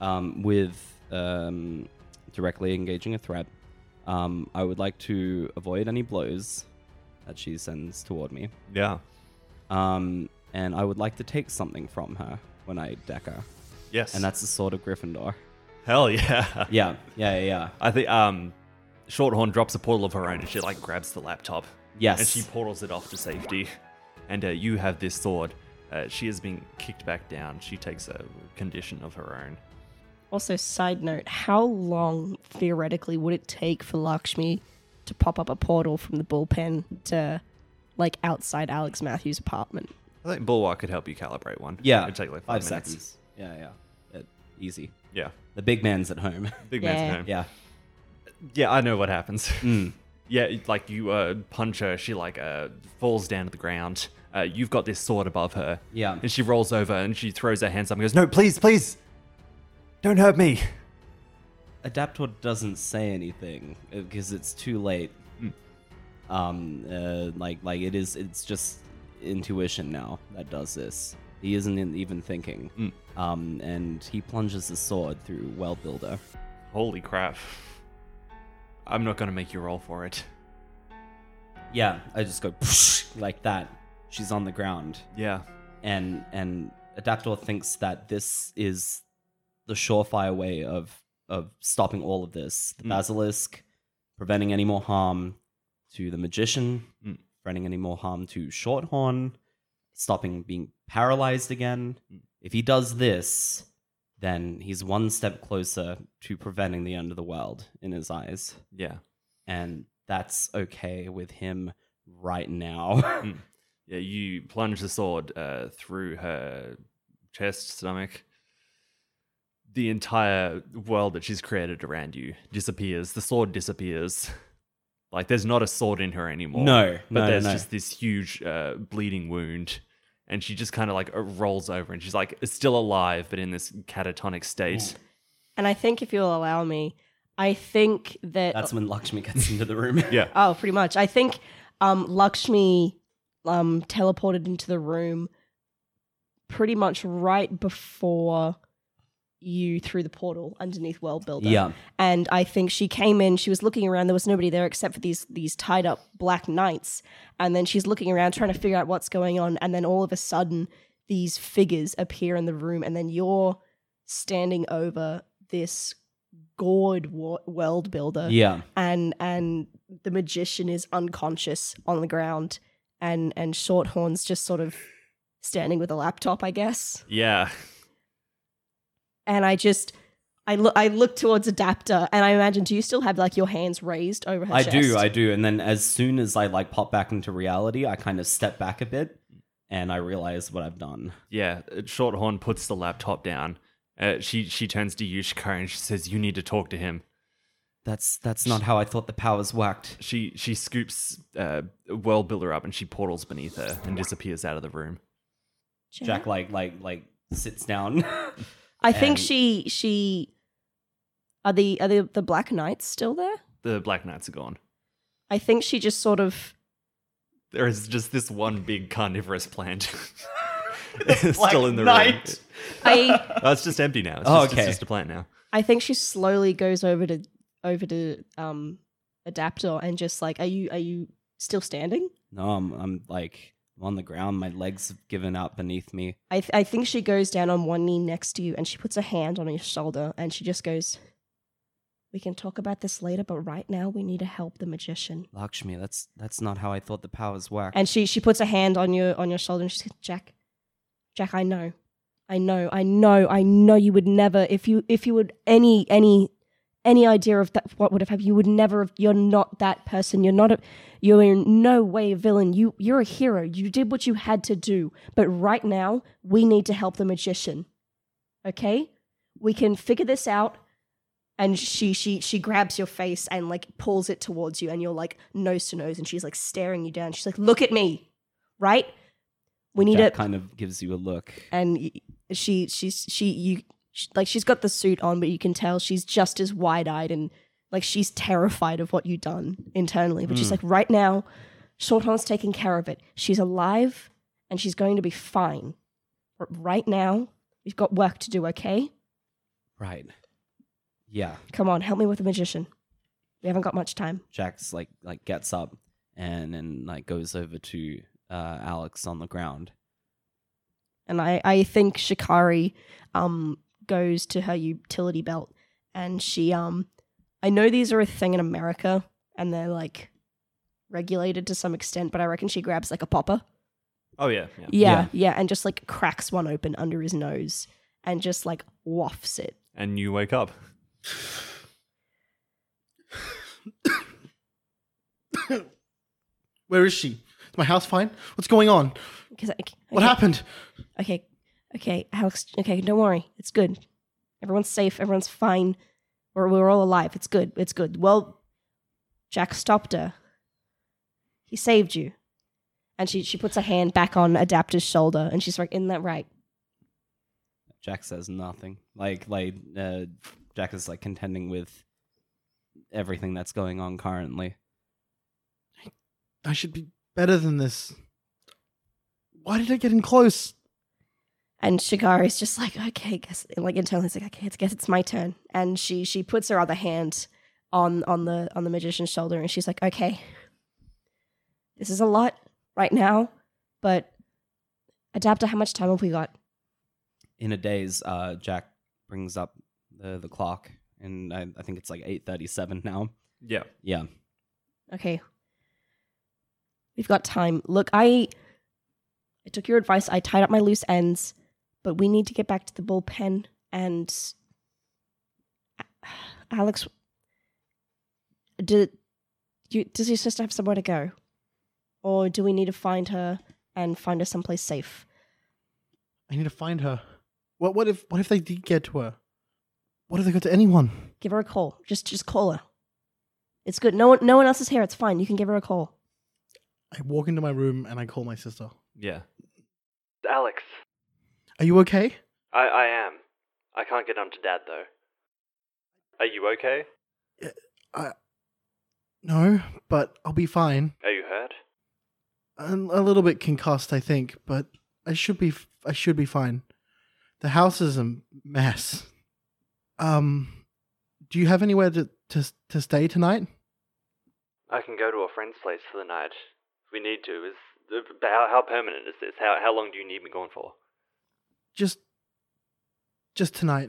Speaker 4: um, with um, directly engaging a threat, um, I would like to avoid any blows that she sends toward me.
Speaker 2: Yeah.
Speaker 4: Um, and I would like to take something from her when I deck her,
Speaker 2: Yes.
Speaker 4: and that's the sword of Gryffindor.
Speaker 2: hell yeah. [LAUGHS]
Speaker 4: Yeah, yeah, yeah, yeah.
Speaker 2: I think um, Shorthorn drops a portal of her own and she like grabs the laptop.
Speaker 4: Yes.
Speaker 2: And she portals it off to safety. And uh, you have this sword. Uh, she is being kicked back down. She takes a condition of her own.
Speaker 3: Also, side note, how long theoretically would it take for Lakshmi to pop up a portal from the bullpen to like outside Alex Matthews' apartment?
Speaker 2: I think Bulwark could help you calibrate one.
Speaker 4: Yeah,
Speaker 2: It'd take like five, minutes.
Speaker 4: seconds. Yeah, yeah, Uh, easy.
Speaker 2: Yeah.
Speaker 4: The big man's at home. [LAUGHS]
Speaker 2: Big
Speaker 3: Yeah.
Speaker 2: man's home.
Speaker 4: yeah,
Speaker 2: Yeah, I know what happens. [LAUGHS] Yeah, it- like you uh, punch her, she like uh, falls down to the ground. Uh, you've got this sword above her.
Speaker 4: Yeah.
Speaker 2: And she rolls over and she throws her hands up and goes, No, please, please! Don't hurt me!
Speaker 4: Adaptor doesn't say anything because it's too late. Um, uh, like, like it is. It's just intuition now that does this. He isn't in, even thinking. Um, and he plunges the sword through Well Builder.
Speaker 2: Holy crap. I'm not gonna make you roll for it.
Speaker 4: Yeah, I just go [LAUGHS] like that. She's on the ground.
Speaker 2: Yeah.
Speaker 4: and and Adaptor thinks that this is the surefire way of of stopping all of this. The
Speaker 2: Mm.
Speaker 4: basilisk, preventing any more harm to the magician,
Speaker 2: Mm.
Speaker 4: preventing any more harm to Shorthorn, stopping being paralyzed again.
Speaker 2: Hmm.
Speaker 4: If he does this, then he's one step closer to preventing the end of the world in his eyes,
Speaker 2: Yeah.
Speaker 4: and that's okay with him right now.
Speaker 2: Hmm.
Speaker 4: [LAUGHS]
Speaker 2: Yeah, you plunge the sword uh, through her chest, stomach. The entire world that she's created around you disappears. The sword disappears. Like, there's not a sword in her anymore.
Speaker 4: No,
Speaker 2: But
Speaker 4: no,
Speaker 2: there's
Speaker 4: no.
Speaker 2: just this huge uh, bleeding wound. And she just kind of like uh, rolls over and she's like, still alive, but in this catatonic state.
Speaker 3: And I think if you'll allow me, I think that
Speaker 4: [LAUGHS] That's when Lakshmi gets into the room.
Speaker 3: [LAUGHS]
Speaker 2: Yeah.
Speaker 3: Oh, pretty much. I think um, Lakshmi um, teleported into the room pretty much right before you through the portal underneath World Builder.
Speaker 4: Yeah.
Speaker 3: And I think she came in, she was looking around, there was nobody there except for these these tied up black knights. And then she's looking around trying to figure out what's going on, and then all of a sudden these figures appear in the room, and then you're standing over this gourd wo- world builder
Speaker 4: Yeah.
Speaker 3: and and the magician is unconscious on the ground and and shorthorn's just sort of standing with a laptop i guess
Speaker 2: Yeah.
Speaker 3: and i just i look i look towards adapter and i imagine do you still have like your hands raised over her
Speaker 4: I
Speaker 3: chest?
Speaker 4: do, I do. And then as soon as I like pop back into reality, I kind of step back a bit and I realize what I've done.
Speaker 2: Yeah. Uh, Shorthorn puts the laptop down. Uh, she, she turns to Yushiko and she says, You need to talk to him.
Speaker 4: That's that's not how I thought the powers worked.
Speaker 2: She she scoops uh, World Builder up and she portals beneath her and disappears out of the room.
Speaker 3: Jack?
Speaker 4: Jack like like like sits down. [LAUGHS]
Speaker 3: i think
Speaker 4: and-
Speaker 3: she she are the are the, the black knights still there
Speaker 2: The Black Knights are gone.
Speaker 3: i think she just sort of
Speaker 2: There is just this one big carnivorous plant [LAUGHS]
Speaker 4: Black
Speaker 2: still in the
Speaker 4: Knight.
Speaker 3: i
Speaker 4: [LAUGHS]
Speaker 2: room. Oh, it's just empty now. It's,
Speaker 4: Oh,
Speaker 2: just,
Speaker 4: okay.
Speaker 2: it's just a plant now.
Speaker 3: I think she slowly goes over to over to um adapter and just like, are you are you still standing?
Speaker 4: no, I'm I'm like I'm on the ground, my legs have given out beneath me.
Speaker 3: I th- I think she goes down on one knee next to you and she puts a hand on your shoulder and she just goes, "We can talk about this later, but right now we need to help the magician."
Speaker 4: Lakshmi, that's that's not how I thought the powers worked.
Speaker 3: And she she puts a hand on your on your shoulder and she says, "Jack, Jack, I know, I know, I know, I know you would never if you if you would any any any idea of that what would have happened. You would never have. You're not that person. You're not a. You're in no way a villain. You you're a hero. You did what you had to do. But right now we need to help the magician. Okay, we can figure this out." And she she she grabs your face and like pulls it towards you, and you're like nose to nose, and she's like staring you down. She's like, "Look at me, right? We need
Speaker 4: Jack
Speaker 3: to
Speaker 4: kind of gives you a look.
Speaker 3: and y- she she's she you sh like she's got the suit on but you can tell she's just as wide-eyed and like she's terrified of what you've done internally but she's like right now shorthorn's taking care of it she's alive and she's going to be fine R- right now we've got work to do okay
Speaker 4: Right. Yeah.
Speaker 3: come on help me with the magician we haven't got much time
Speaker 4: Jack's like like gets up and and like goes over to uh, Alex on the ground
Speaker 3: And I, I think Shikari um, goes to her utility belt and she um I know these are a thing in America and they're like regulated to some extent, but I reckon she grabs like a popper.
Speaker 2: Oh yeah, yeah.
Speaker 3: Yeah, yeah, and just like cracks one open under his nose and just like wafts it.
Speaker 2: And you wake up.
Speaker 1: Where is she? Is my house fine? What's going on?
Speaker 3: 'Cause I-
Speaker 1: What
Speaker 3: okay,
Speaker 1: happened?
Speaker 3: Okay, okay, Alex. Okay, don't worry. It's good. Everyone's safe. Everyone's fine. We're we're all alive. It's good. It's good. Well, Jack stopped her. He saved you, and she she puts her hand back on Adapter's shoulder, and she's like, "Isn't that right?"
Speaker 4: Jack says nothing. Like like uh, Jack is like contending with everything that's going on currently.
Speaker 1: I should be better than this. Why did I get in close?
Speaker 3: And Shigari's just like, okay, guess like internally it's like, okay, it's guess it's my turn. And she she puts her other hand on on the on the magician's shoulder and she's like, okay, this is a lot right now, but Adapter, how much time have we got?
Speaker 4: In a daze, uh, Jack brings up the the clock, and I, I think it's like eight thirty seven now.
Speaker 2: Yeah.
Speaker 4: Yeah,
Speaker 3: Okay. We've got time. Look, I I took your advice. I tied up my loose ends, but we need to get back to the bullpen and [SIGHS] Alex did you does your sister have somewhere to go? Or do we need to find her and find her someplace safe?
Speaker 1: I need to find her. What what if what if they did get to her? What if they got to anyone?
Speaker 3: Give her a call. Just just call her. It's good. No one no one else is here. It's fine. You can give her a call.
Speaker 1: I walk into my room and I call my sister.
Speaker 2: Yeah.
Speaker 5: Alex,
Speaker 1: Are you okay?
Speaker 5: I, I am. I can't get on to Dad, though. Are you okay?
Speaker 1: No, but I'll be fine.
Speaker 5: Are you hurt?
Speaker 1: I'm a little bit concussed, I think, but I should be f- I should be fine. The house is a mess. Um, do you have anywhere to to to stay tonight?
Speaker 5: I can go to a friend's place for the night. We need to. Is but how, how permanent is this? How, how long do you need me gone for?
Speaker 1: Just just tonight.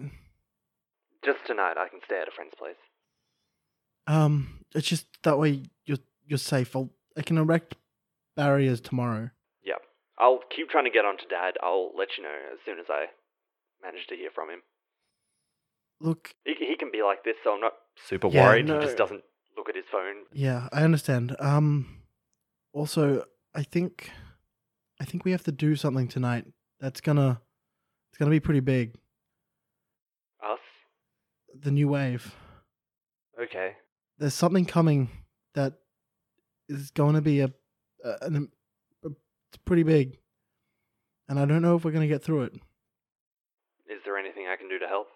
Speaker 5: Just tonight, I can stay at a friend's place.
Speaker 1: Um, it's just that way you're you're safe. I'll, I can erect barriers tomorrow.
Speaker 5: Yep. I'll keep trying to get on to Dad. I'll let you know as soon as I manage to hear from him.
Speaker 1: Look,
Speaker 5: He, he can be like this, so I'm not super
Speaker 1: Yeah,
Speaker 5: worried.
Speaker 1: no.
Speaker 5: He just doesn't look at his phone.
Speaker 1: yeah, I understand. Um, also, I think I think we have to do something tonight. That's gonna it's gonna be pretty big.
Speaker 5: Us?
Speaker 1: The new wave.
Speaker 5: Okay.
Speaker 1: there's something coming that is going to be a, a an a, it's pretty big, and I don't know if we're going to get through it.
Speaker 5: Is there anything I can do to help?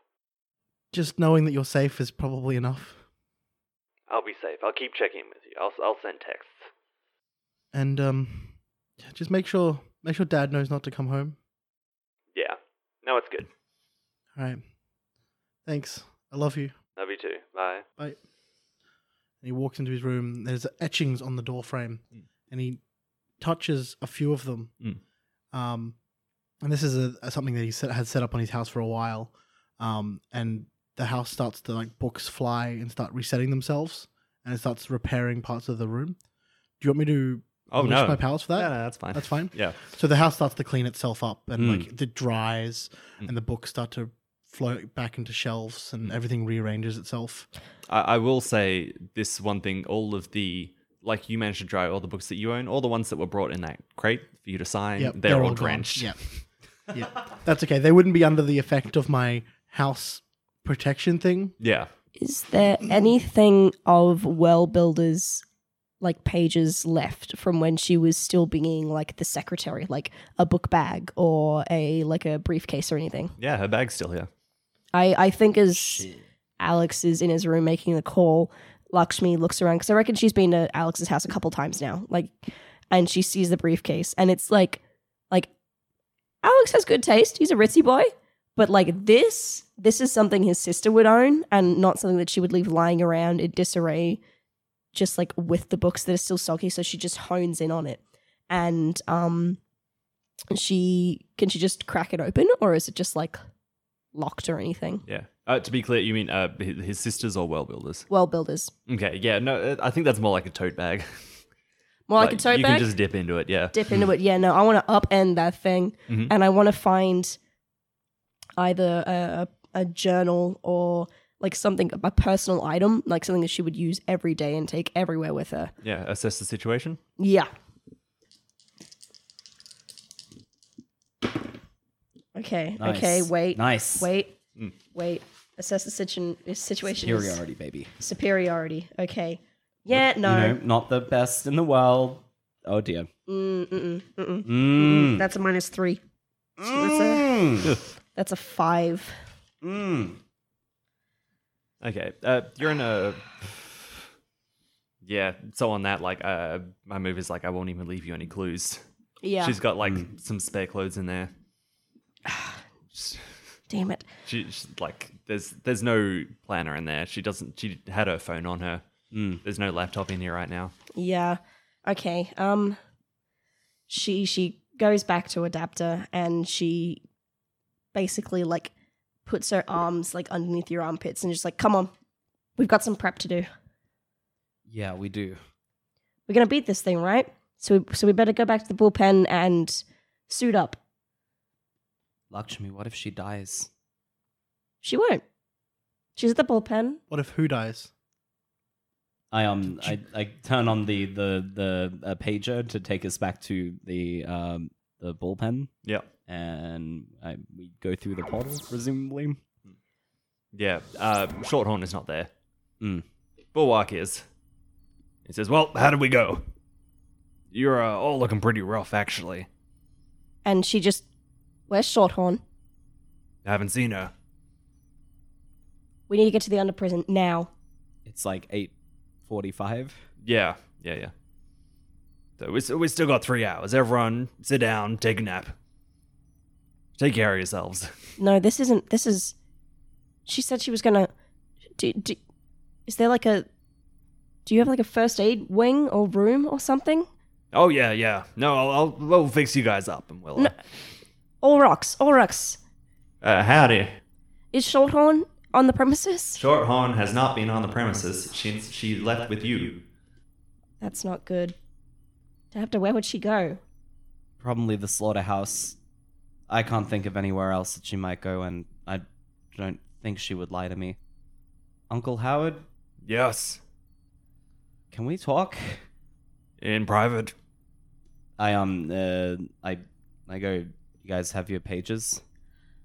Speaker 1: Just knowing that you're safe is probably enough.
Speaker 5: I'll be safe. I'll keep checking with you. I'll, I'll send texts.
Speaker 1: And um, yeah, just make sure make sure Dad knows not to come home.
Speaker 5: Yeah. No, it's good.
Speaker 1: All right. Thanks. I love you.
Speaker 5: Love you too. Bye.
Speaker 1: Bye. And he walks into his room. There's etchings on the door frame, and he touches a few of them.
Speaker 2: Mm.
Speaker 1: Um, and this is a, a- something that he set, had set up on his house for a while. Um, and the house starts to like books fly and start resetting themselves, and it starts repairing parts of the room. Do you want me to?
Speaker 2: Oh
Speaker 1: unleash
Speaker 2: no.
Speaker 1: My powers for that.
Speaker 2: No, no, that's fine.
Speaker 1: That's fine.
Speaker 2: Yeah.
Speaker 1: So the house starts to clean itself up, and
Speaker 2: Mm.
Speaker 1: like it dries,
Speaker 2: Mm.
Speaker 1: and the books start to float back into shelves, and everything rearranges itself.
Speaker 2: I, I will say this one thing: all of the like you managed to dry all the books that you own, all the ones that were brought in that crate for you to sign,
Speaker 1: Yep,
Speaker 2: they're, all,
Speaker 1: gone.
Speaker 2: drenched.
Speaker 1: Yep. yeah. That's okay. They wouldn't be under the effect of my house protection thing.
Speaker 2: [LAUGHS] Yeah.
Speaker 3: Is there anything of Well Builder's like pages left from when she was still being like the secretary, like a book bag or a like a briefcase or anything?
Speaker 2: Yeah, her bag's still here.
Speaker 3: I I think as Alex is in his room making the call, Lakshmi looks around because I reckon she's been to Alex's house a couple times now, like, and she sees the briefcase and it's like, like, Alex has good taste. He's a ritzy boy, but like this, this is something his sister would own and not something that she would leave lying around in disarray, just like with the books that are still soggy. So she just hones in on it, and um, she can she just crack it open, or is it just like locked or anything?
Speaker 2: Yeah. Uh, to be clear, you mean uh, his, his sisters or well builders?
Speaker 3: Well, builders
Speaker 2: Okay. Yeah. No, uh, I think that's more like a tote bag.
Speaker 3: more [LAUGHS] like, a tote
Speaker 2: you
Speaker 3: bag.
Speaker 2: can just dip into it. Yeah.
Speaker 4: Hmm.
Speaker 3: dip into it. Yeah, no, I want to upend that thing,
Speaker 4: Mm-hmm.
Speaker 2: Mhm.
Speaker 3: and I want to find either a, a journal or like something a personal item, like something that she would use every day and take everywhere with her.
Speaker 2: Yeah. Assess the situation.
Speaker 3: Yeah. Okay.
Speaker 4: Nice.
Speaker 3: Okay. Wait.
Speaker 4: Nice. Hmm.
Speaker 3: Wait. Wait. Assess the situ- situation. is
Speaker 4: Superiority, baby.
Speaker 3: Superiority. Okay. Yeah. No.
Speaker 4: You know, not the best in the world. Oh dear.
Speaker 3: Mm, mm-mm, mm-mm.
Speaker 4: Mm.
Speaker 3: That's a minus three. That's a
Speaker 4: Mm.
Speaker 3: that's a five.
Speaker 4: Mm. [LAUGHS]
Speaker 2: Okay. Uh, you're in a. Yeah. So on that, like, uh, my move is like, I won't even leave you any clues.
Speaker 3: Yeah.
Speaker 2: She's got like some spare clothes in there. [SIGHS]
Speaker 3: Damn it.
Speaker 2: She, she's like, there's there's no planner in there. She doesn't. She had her phone on her.
Speaker 4: Mm.
Speaker 2: There's no laptop in here right now.
Speaker 3: Yeah. Okay. Um she she goes back to adapter and she basically like puts her arms like underneath your armpits and just like, "Come on. We've got some prep to do.
Speaker 4: Yeah, we do.
Speaker 3: We're going to beat this thing, right? So we, so we better go back to the bullpen and suit up."
Speaker 4: Lakshmi, what if she dies?
Speaker 3: She won't. She's at the bullpen.
Speaker 1: What if who dies?
Speaker 4: I um I, I turn on the the the uh, pager to take us back to the um the bullpen
Speaker 2: Yeah.
Speaker 4: and I, we go through the portal presumably.
Speaker 2: Yeah. Uh, Shorthorn is not there.
Speaker 4: Mm.
Speaker 2: Bulwark is. He says, "Well, how did we go? You're uh, all looking pretty rough, actually.
Speaker 3: And she just Where's Shorthorn?
Speaker 2: I haven't seen her.
Speaker 3: We need to get to the under prison now.
Speaker 4: It's like eight forty five.
Speaker 2: Yeah, yeah, yeah. So we, so we still got three hours. Everyone, sit down, take a nap. Take care of yourselves.
Speaker 3: No, this isn't. This is. She said she was gonna. Do, do, is there like a. Do you have like a first aid wing or room or something?
Speaker 2: Oh yeah, yeah. No, I'll, I'll we'll fix you guys up and we'll.
Speaker 3: No. All rocks, all rocks.
Speaker 2: Uh, howdy.
Speaker 3: Is Shorthorn on the premises?
Speaker 2: Shorthorn has not been on the premises. She she left with you.
Speaker 3: That's not good. To have to. Where would she go?
Speaker 4: Probably the slaughterhouse. I can't think of anywhere else that she might go, and I don't think she would lie to me. Uncle Howard,
Speaker 2: Yes,
Speaker 4: can we talk?
Speaker 2: in private.
Speaker 4: I um uh, I I go. You guys have your pages.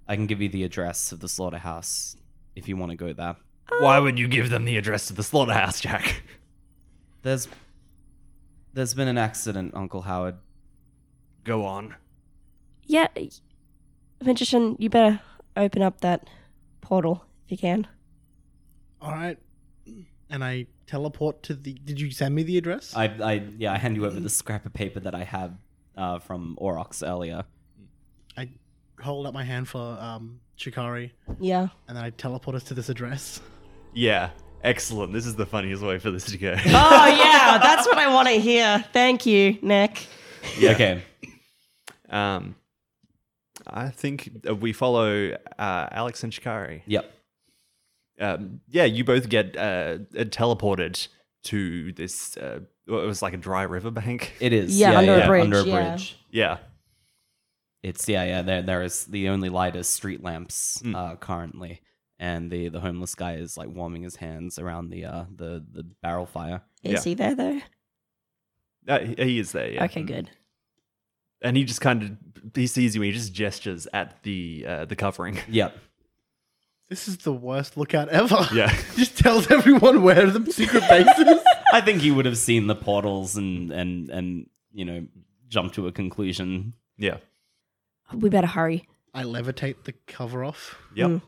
Speaker 4: I can give you the address of the slaughterhouse if you want to go there.
Speaker 3: Uh,
Speaker 2: Why would you give them the address to the slaughterhouse, Jack?
Speaker 4: There's there's been an accident, Uncle Howard.
Speaker 2: Go on.
Speaker 3: Yeah. Magician, you better open up that portal if you can.
Speaker 1: All right. And I teleport to the. Did you send me the address?
Speaker 4: I I yeah. I hand you over the scrap of paper that I had uh, from Orox earlier.
Speaker 1: I hold up my hand for um, Shikari,
Speaker 3: Yeah.
Speaker 1: and then I teleport us to this address. [LAUGHS]
Speaker 2: Yeah, excellent. This is the funniest way for this to [LAUGHS] go.
Speaker 3: Oh, yeah. That's what I want to hear. Thank you, Nick.
Speaker 2: Yeah.
Speaker 4: Okay.
Speaker 2: Um, I think uh, we follow uh, Alex and Shikari.
Speaker 4: Yep.
Speaker 2: um, yeah, you both get uh, teleported to this. Uh, well, it was like a dry riverbank.
Speaker 4: It is.
Speaker 3: Yeah, under a bridge,
Speaker 4: Under a
Speaker 3: yeah.
Speaker 4: bridge.
Speaker 2: [LAUGHS] yeah,
Speaker 4: It's yeah, yeah. There, there is the only light is street lamps
Speaker 2: Mm.
Speaker 4: uh, currently, and the the homeless guy is like warming his hands around the uh the the barrel fire.
Speaker 3: Is he there, though?
Speaker 2: uh, he, he is there. Yeah. [LAUGHS]
Speaker 3: Okay, good.
Speaker 2: And he just kind of he sees you. and He just gestures at the uh, the covering. [LAUGHS]
Speaker 4: Yep.
Speaker 1: This is the worst lookout ever.
Speaker 2: Yeah.
Speaker 1: [LAUGHS] Just tells everyone where the secret base is. [LAUGHS]
Speaker 4: I think he would have seen the portals and and and you know jumped to a conclusion.
Speaker 2: Yeah.
Speaker 3: We better hurry.
Speaker 1: I levitate the cover off,
Speaker 2: Yep.
Speaker 3: Mm.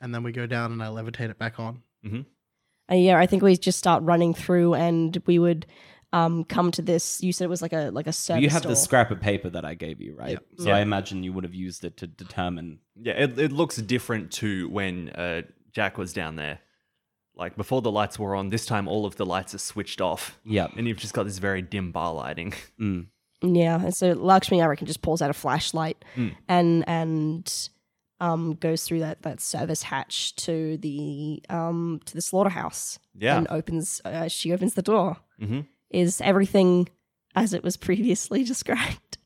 Speaker 1: and then we go down, and I levitate it back on.
Speaker 3: Uh, yeah, I think we just start running through, and we would um, come to this. You said it was like a like a service.
Speaker 4: you have the
Speaker 3: door.
Speaker 4: scrap of paper that I gave you, right?
Speaker 1: Yep.
Speaker 4: So
Speaker 2: Yeah.
Speaker 4: I imagine you would have used it to determine.
Speaker 2: Yeah. It it looks different to when uh, Jack was down there. Like before the lights were on. This time all of the lights are switched off,
Speaker 4: Yep.
Speaker 2: and you've just got this very dim bar lighting. [LAUGHS]
Speaker 4: Mm.
Speaker 3: Yeah, and so Lakshmi, I reckon, just pulls out a flashlight
Speaker 4: Hmm.
Speaker 3: and and um, goes through that that service hatch to the um, to the slaughterhouse.
Speaker 2: Yeah.
Speaker 3: and opens. Uh, she opens the door.
Speaker 4: Mm-hmm.
Speaker 2: Mhm.
Speaker 3: Is everything as it was previously [LAUGHS] described?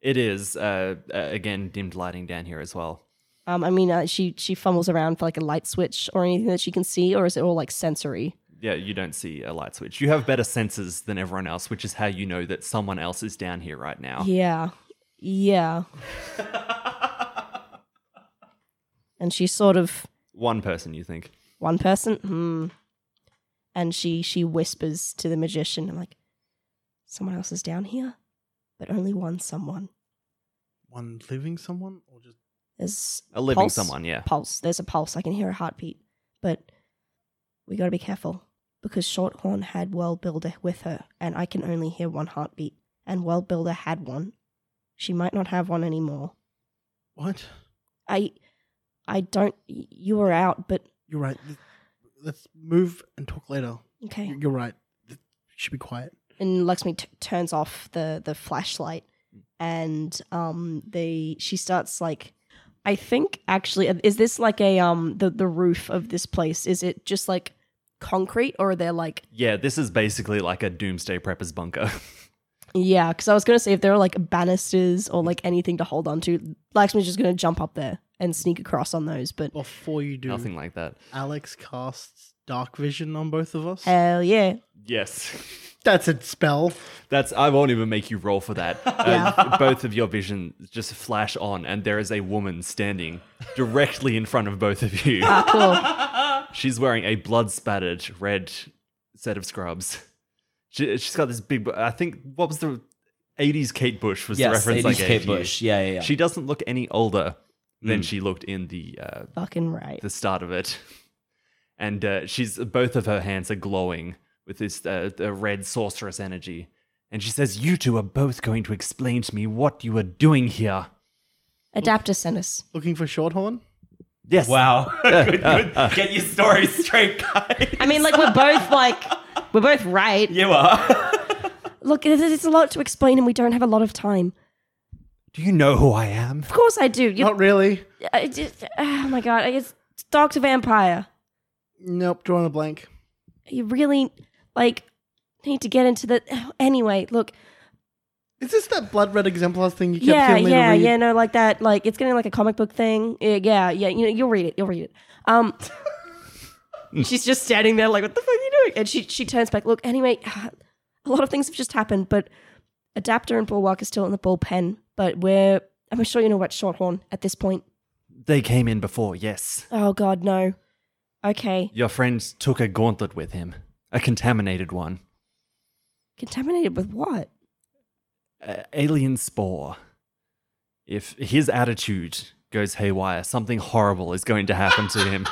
Speaker 2: It is uh, uh, again dimmed lighting down here as well.
Speaker 3: Um, I mean, uh, she she fumbles around for like a light switch or anything that she can see, or is it all like sensory?
Speaker 2: Yeah, you don't see a light switch. You have better senses than everyone else, which is how you know that someone else is down here right now.
Speaker 3: Yeah, yeah. and she sort of
Speaker 2: [LAUGHS] One person, you think.
Speaker 3: one person hmm and she she whispers to the magician i'm like someone else is down here but only one someone
Speaker 1: One living someone or just
Speaker 3: there's
Speaker 2: A living
Speaker 3: Pulse?
Speaker 2: someone, yeah.
Speaker 3: a pulse there's a pulse i can hear a heartbeat but we got to be careful because shorthorn had world builder with her and i can only hear one heartbeat and world builder had one she might not have one anymore
Speaker 1: what?
Speaker 3: i i don't y- you were out but
Speaker 1: You're right. Th- Let's move and talk later.
Speaker 3: okay
Speaker 1: Y- You're right. Th- Should be quiet.
Speaker 3: and Lakshmi t- turns off the the flashlight, and um, they she starts like, I think actually uh, is this like a um the the roof of this place is it just like concrete or are there like
Speaker 2: Yeah, this is basically like a doomsday prepper's bunker. [LAUGHS]
Speaker 3: yeah because I was gonna say if there are like banisters or like anything to hold on to Lakshmi's just gonna jump up there and sneak across on those but
Speaker 1: Before you do,
Speaker 2: Nothing like that.
Speaker 1: Alex casts dark vision on both of us.
Speaker 3: hell yeah
Speaker 2: Yes. [LAUGHS]
Speaker 1: That's a spell.
Speaker 2: That's I won't even make you roll for
Speaker 4: [LAUGHS]
Speaker 2: that. Uh, both of your vision just flash on, and there is a woman standing directly in front of both of
Speaker 4: [LAUGHS]
Speaker 2: you.
Speaker 3: ah, cool [LAUGHS]
Speaker 2: She's wearing a blood spattered red set of scrubs. She, she's got this big. I think what was the eighties Kate Bush was the
Speaker 4: Yes,
Speaker 2: reference I
Speaker 4: 80s
Speaker 2: gave
Speaker 4: Kate
Speaker 2: you.
Speaker 4: Bush. Yeah, yeah, yeah.
Speaker 2: She doesn't look any older than
Speaker 4: Mm.
Speaker 2: she looked in the uh,
Speaker 3: fucking right
Speaker 2: the start of it, [LAUGHS] and uh, she's both of her hands are glowing with this uh, the red sorceress energy. And she says, "You two are both going to explain to me what you are doing here."
Speaker 3: adapter sent us
Speaker 1: Looking for Shorthorn.
Speaker 2: Yes.
Speaker 4: Wow. [LAUGHS]
Speaker 2: [LAUGHS]
Speaker 4: Good- good. Get your story [LAUGHS] straight, guys.
Speaker 3: I mean like we're both like we're both right
Speaker 4: You are.
Speaker 3: look there's, there's a lot to explain and we don't have a lot of time
Speaker 2: Do you know who I am?
Speaker 3: of course I do you
Speaker 1: Not really.
Speaker 3: I just, oh my god, it's Doctor Vampire.
Speaker 1: Nope. Drawing a blank.
Speaker 3: You really like need to get into the. Anyway, look,
Speaker 1: Is this that blood red exemplars thing you kept
Speaker 3: yeah,
Speaker 1: telling me
Speaker 3: yeah,
Speaker 1: to read?
Speaker 3: yeah, no, like that, like it's getting like a comic book thing. Yeah, yeah, yeah, you know, you'll read it, you'll read it.
Speaker 1: [LAUGHS]
Speaker 3: Um, she's just standing there like, what the fuck are you doing? And she she turns back. Look, anyway, [SIGHS] a lot of things have just happened, but Adapter and Bulwark are still in the bullpen, but we're. I'm sure you know what Shorthorn at this point.
Speaker 2: They came in before. Yes.
Speaker 3: Oh god, no. Okay,
Speaker 2: Your friends took a gauntlet with him, a contaminated one,
Speaker 3: contaminated with what?
Speaker 2: a alien spore. If his attitude goes haywire, something horrible is going to happen to him.